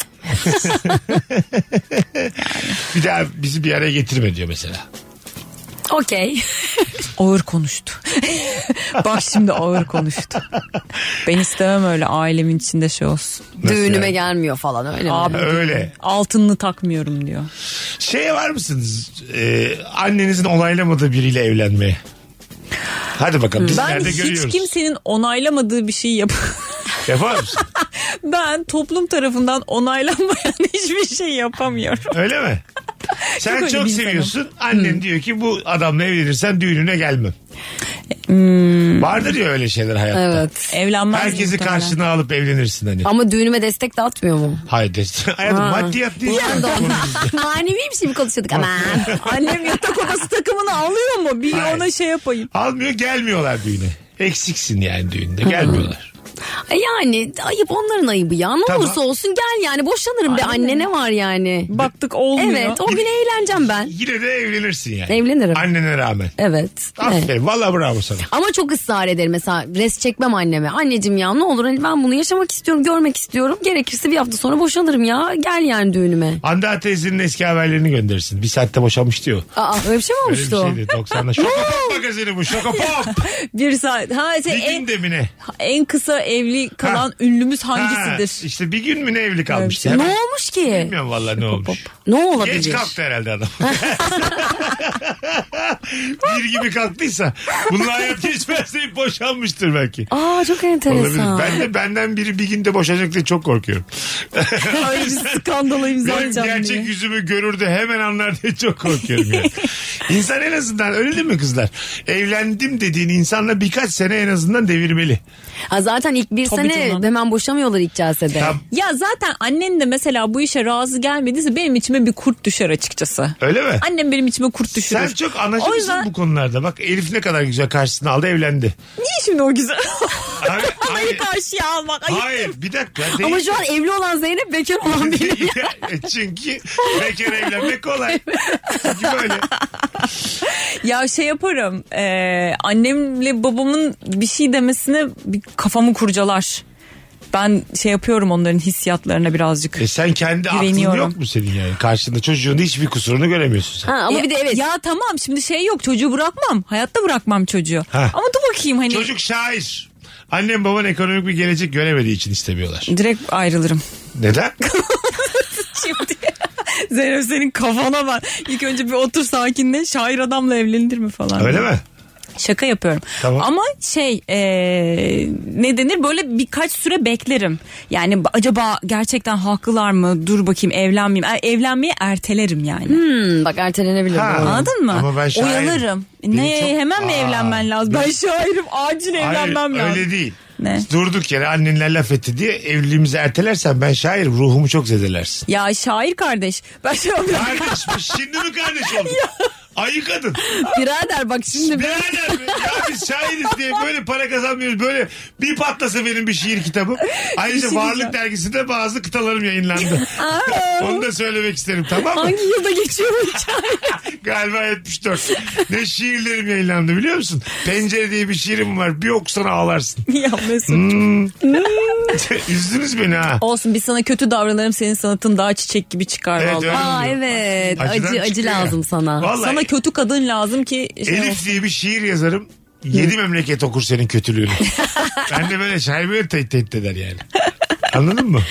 Bir daha bizi bir araya getirme diyor mesela. Okey. Ağır konuştu. Bak şimdi ağır konuştu. Ben istemem öyle ailemin içinde şey olsun. Düğünüme yani? gelmiyor falan öyle mi? Abi Öyle. altınını takmıyorum diyor. Şeye var mısınız? Ee, annenizin onaylamadığı biriyle evlenmeye. Hadi bakalım biz Ben nerede hiç görüyoruz? kimsenin onaylamadığı bir şey yap. Yapar mısın? ben toplum tarafından onaylanmayan hiçbir şey yapamıyorum. Öyle mi? Sen öyle çok, bir insanım. seviyorsun. Annen diyor ki bu adamla evlenirsen düğününe gelmem. Vardır ya öyle şeyler hayatta. Evet. Evlenmez Herkesi muhtemelen. karşına alıp evlenirsin hani. Ama düğünüme destek de atmıyor mu? Haydi. Hayatım Ha. E, maddiyat değil. Ben de ondan. Manevi bir şey mi konuşuyorduk? Aman. Annem yatak odası takımını alıyor mu? Bir Hayır. ona şey yapayım. Almıyor gelmiyorlar düğüne. Eksiksin yani düğünde gelmiyorlar. E Yani ayıp onların ayıbı ya. Ne Tamam. olursa olsun gel yani boşanırım be anne ne var yani. Baktık olmuyor. Evet o gün eğleneceğim ben. Yine de evlenirsin yani. Evlenirim. Annene rağmen. Evet. evet. Aferin. Valla bravo sana. Ama çok ısrar ederim mesela res çekmem anneme. Anneciğim ya ne olur hani ben bunu yaşamak istiyorum görmek istiyorum. Gerekirse bir hafta sonra boşanırım ya gel yani düğünüme. Hande teyzenin eski haberlerini gönderirsin. Bir saatte boşanmış diyor. Aa öyle bir şey mi Öyle bir olmuştu? şeydi 90'da. Şokopop magazini bu şokopop. E, Bir saat. Ha, şey, bir gün en, de mi ne? en kısa evli kalan Ha. ünlümüz Ha, hangisidir? işte bir gün mü ne evli kalmıştı? Ne Hemen- olmuş ki? Bilmiyorum valla ne olmuş. Ne olabilir? Geç kalktı herhalde adam. bir gibi kalktıysa bunun hayat geçmez deyip boşanmıştır belki. Aa çok Olabilir. enteresan. Ben de benden biri bir günde boşanacak diye çok korkuyorum. Öyle bir skandala imza Benim atacağım gerçek diye. yüzümü görür de hemen anlar diye çok korkuyorum ya. İnsan en azından öyle değil mi kızlar? Evlendim dediğin insanla birkaç sene en azından devirmeli. Ha, zaten ilk bir Tabii sene canım. hemen boşamıyorlar ilk celsede. Tam- Ya zaten annen de mesela bu işe razı gelmediyse benim içime bir kurt düşer açıkçası. Öyle mi? Annem benim içime kurt düşürür. Sen çok anlaşılmışsın O yüzden- bu konularda. Bak Elif ne kadar güzel karşısına aldı evlendi. Niye şimdi o güzel? Hayır, Anayı hayır, karşıya almak. Ayıp. hayır bir dakika. Değil. E, Ama şu an evli olan Zeynep bekar olan benim. Çünkü bekar evlenmek kolay. Çünkü böyle. Ya şey yaparım. e, annemle babamın bir şey demesine bir kafamı kurcalar. Ben şey yapıyorum onların hissiyatlarına birazcık. E sen kendi aklın Güveniyorum. yok mu senin yani? Karşında çocuğun hiçbir kusurunu göremiyorsun sen. Ha, ama Ya- bir de evet. Ya tamam şimdi şey yok çocuğu bırakmam. Hayatta bırakmam çocuğu. Ha. Ama dur bakayım hani. Çocuk şair. Annem baban ekonomik bir gelecek göremediği için istemiyorlar. Direkt ayrılırım. Neden? Şimdi Zeynep senin kafana bak. İlk önce bir otur sakinle şair adamla evlenir mi falan. Öyle mi? Şaka yapıyorum. Tamam. Ama şey e, ne denir böyle birkaç süre beklerim. Yani b- acaba gerçekten haklılar mı? Dur bakayım evlenmeyeyim. E, evlenmeyi ertelerim yani. Hmm, bak ertelenebilir. Ha. bu. Anladın mı? Ama ben şairim. Oyalarım. Benim Ne çok- hemen mi Aa, evlenmen lazım? Ben şairim acil Hayır evlenmem lazım. öyle değil. Ne? Durduk yere annenler laf etti diye evliliğimizi ertelersen ben şair ruhumu çok zedelersin. Ya şair kardeş. Ben şey Kardeş mi? Şimdi mi kardeş olduk? Ayı kadın. Birader bak şimdi Birader mi? Ya biz şairiz diye böyle para kazanmıyoruz. Böyle bir patlasa benim bir şiir kitabım. Ayrıca şey Varlık diyeceğim. Dergisi'nde bazı kıtalarım yayınlandı. Onu da söylemek isterim tamam mı? hangi yılda geçiyor bu hikaye? Galiba 74. Ne şiirlerim yayınlandı biliyor musun? Pencere diye bir şiirim var. Bir okusana ağlarsın. ya Mesut. Hmm. Üzdünüz beni ha. Olsun biz sana kötü davranalım senin sanatın daha çiçek gibi çıkar Evet, vallahi. öyle. Aa evet. Acıdan Acı acı çıkıyor ya. lazım sana. Vallahi Sana kötü kadın lazım ki. şey olsun. Elif diye bir şiir yazarım. Yedi memleket okur senin kötülüğünü. ben de böyle şair böyle tehdit tehdit eder yani. Anladın mı?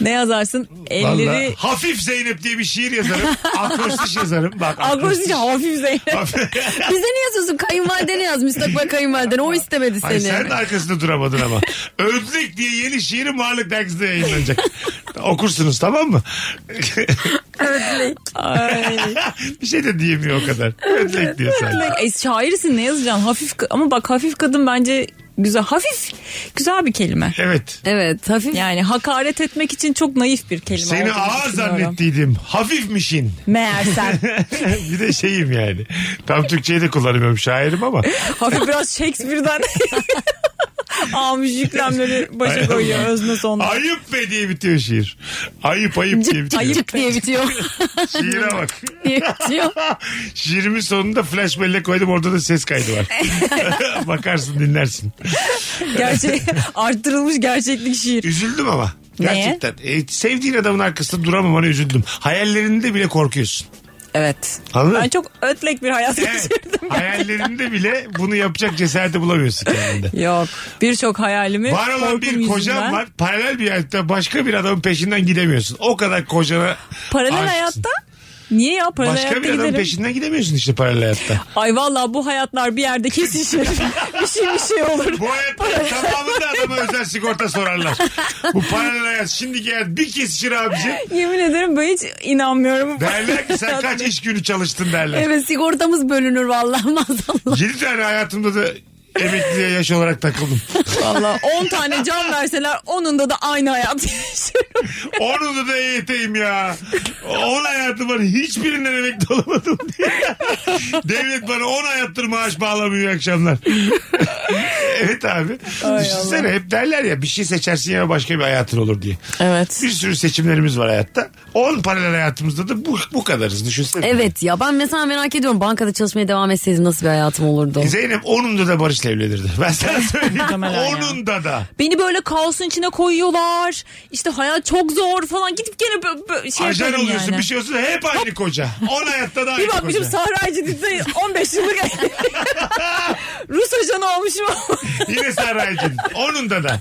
Ne yazarsın? Vallahi Elleri. hafif Zeynep diye bir şiir yazarım. Akrostiş yazarım. Bak Agresif hafif Zeynep. Hafif- Bize ne yazıyorsun? Kayınvalidene yaz. Müstakbel kayınvalidene. O istemedi Ay seni. sen de arkasında duramadın ama. Özlük diye yeni şiirim Varlık Dergisi'nde yayınlanacak. Okursunuz tamam mı? Ay. bir şey de diyemiyor o kadar. Özlük diye sen. E, şairisin ne yazacaksın? Hafif ka- ama bak hafif kadın bence güzel. Hafif güzel bir kelime. Evet. Evet hafif. Yani hakaret etmek için çok naif bir kelime. Seni olduğunu ağır düşünüyorum. zannettiydim. Hafifmişin. Meğersem. bir de şeyim yani. Tam Türkçeyi de kullanamıyorum şairim ama. hafif biraz Shakespeare'den almış yüklemleri Ay başa koyuyor Allah. özne sonuna. Ayıp be diye bitiyor şiir. Ayıp ayıp diye bitiyor. Ayıp diye bitiyor. Şiire bak. diye bitiyor. Şiirimin sonunda flash bellek koydum orada da ses kaydı var. Bakarsın dinlersin. Gerçek, arttırılmış gerçeklik şiir. Üzüldüm ama. Neye? Gerçekten. E, sevdiğin adamın arkasında duramamana üzüldüm. Hayallerinde bile korkuyorsun. Evet. Anladın? Ben çok ötlek bir hayat Evet. geçirdim. Hayallerinde bile bunu yapacak cesareti bulamıyorsun kendinde. Yok. Birçok hayalimi Var olan korkum bir kocan yüzünden- var. Paralel bir hayatta başka bir adamın peşinden gidemiyorsun. O kadar kocana Paralel aşıksın. hayatta Niye ya paralel Başka bir hayatta adamın giderim. peşinden gidemiyorsun işte paralel hayatta. Ay vallahi bu hayatlar bir yerde kesişir. bir şey bir şey olur. Bu hayatta tamamında adama özel sigorta sorarlar. Bu paralel hayat şimdiki hayat bir kesişir abici. Yemin ederim böyle hiç inanmıyorum. Derler ki sen kaç iş günü çalıştın derler. Evet sigortamız bölünür vallahi maazallah. 7 tane hayatımda da emekliye yaş olarak takıldım. Vallahi 10 tane can verseler onunda da aynı hayat yaşarım. Onu da EYT'yim ya. 10 hayatım var. Hiçbirinden emekli olamadım diye. Devlet bana 10 hayattır maaş bağlamıyor akşamlar. evet abi. Düşünsene hep derler ya bir şey seçersin ya başka bir hayatın olur diye. Evet. Bir sürü seçimlerimiz var hayatta. 10 paralel hayatımızda da bu, bu kadarız düşünsene. Evet ya ben mesela merak ediyorum bankada çalışmaya devam etseydim nasıl bir hayatım olurdu? Zeynep onunda da Barış'la evlenirdi. Ben sana söyleyeyim. Muhtemelen ya. onunda da. Beni böyle kaosun içine koyuyorlar. İşte hayat çok zor falan. Gidip gene bö- bö- şey Ajan yaparım oluyorsun yani. bir şey olsun hep aynı koca. 10 hayatta da aynı Bir bakmışım koca. Sahra Cidid'de 15 yıllık Rus ajanı olmuşum. Yine saraycın. Onunda da.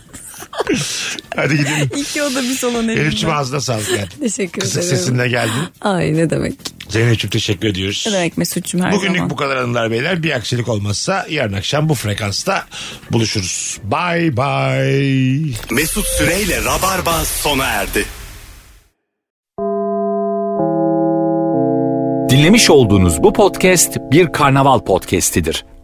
Hadi gidelim. İki oda bir salon evimde. Elif'ciğim ağzına sağlık geldin. Teşekkür Kısık ederim. sesinle geldin. Ay ne demek. Zeynep'ciğim teşekkür ediyoruz. Ne demek Mesut'cum her Bugünlük zaman. bu kadar hanımlar beyler. Bir aksilik olmazsa yarın akşam bu frekansta buluşuruz. Bye bye. Mesut Süreyle Rabarba sona erdi. Dinlemiş olduğunuz bu podcast bir karnaval podcastidir.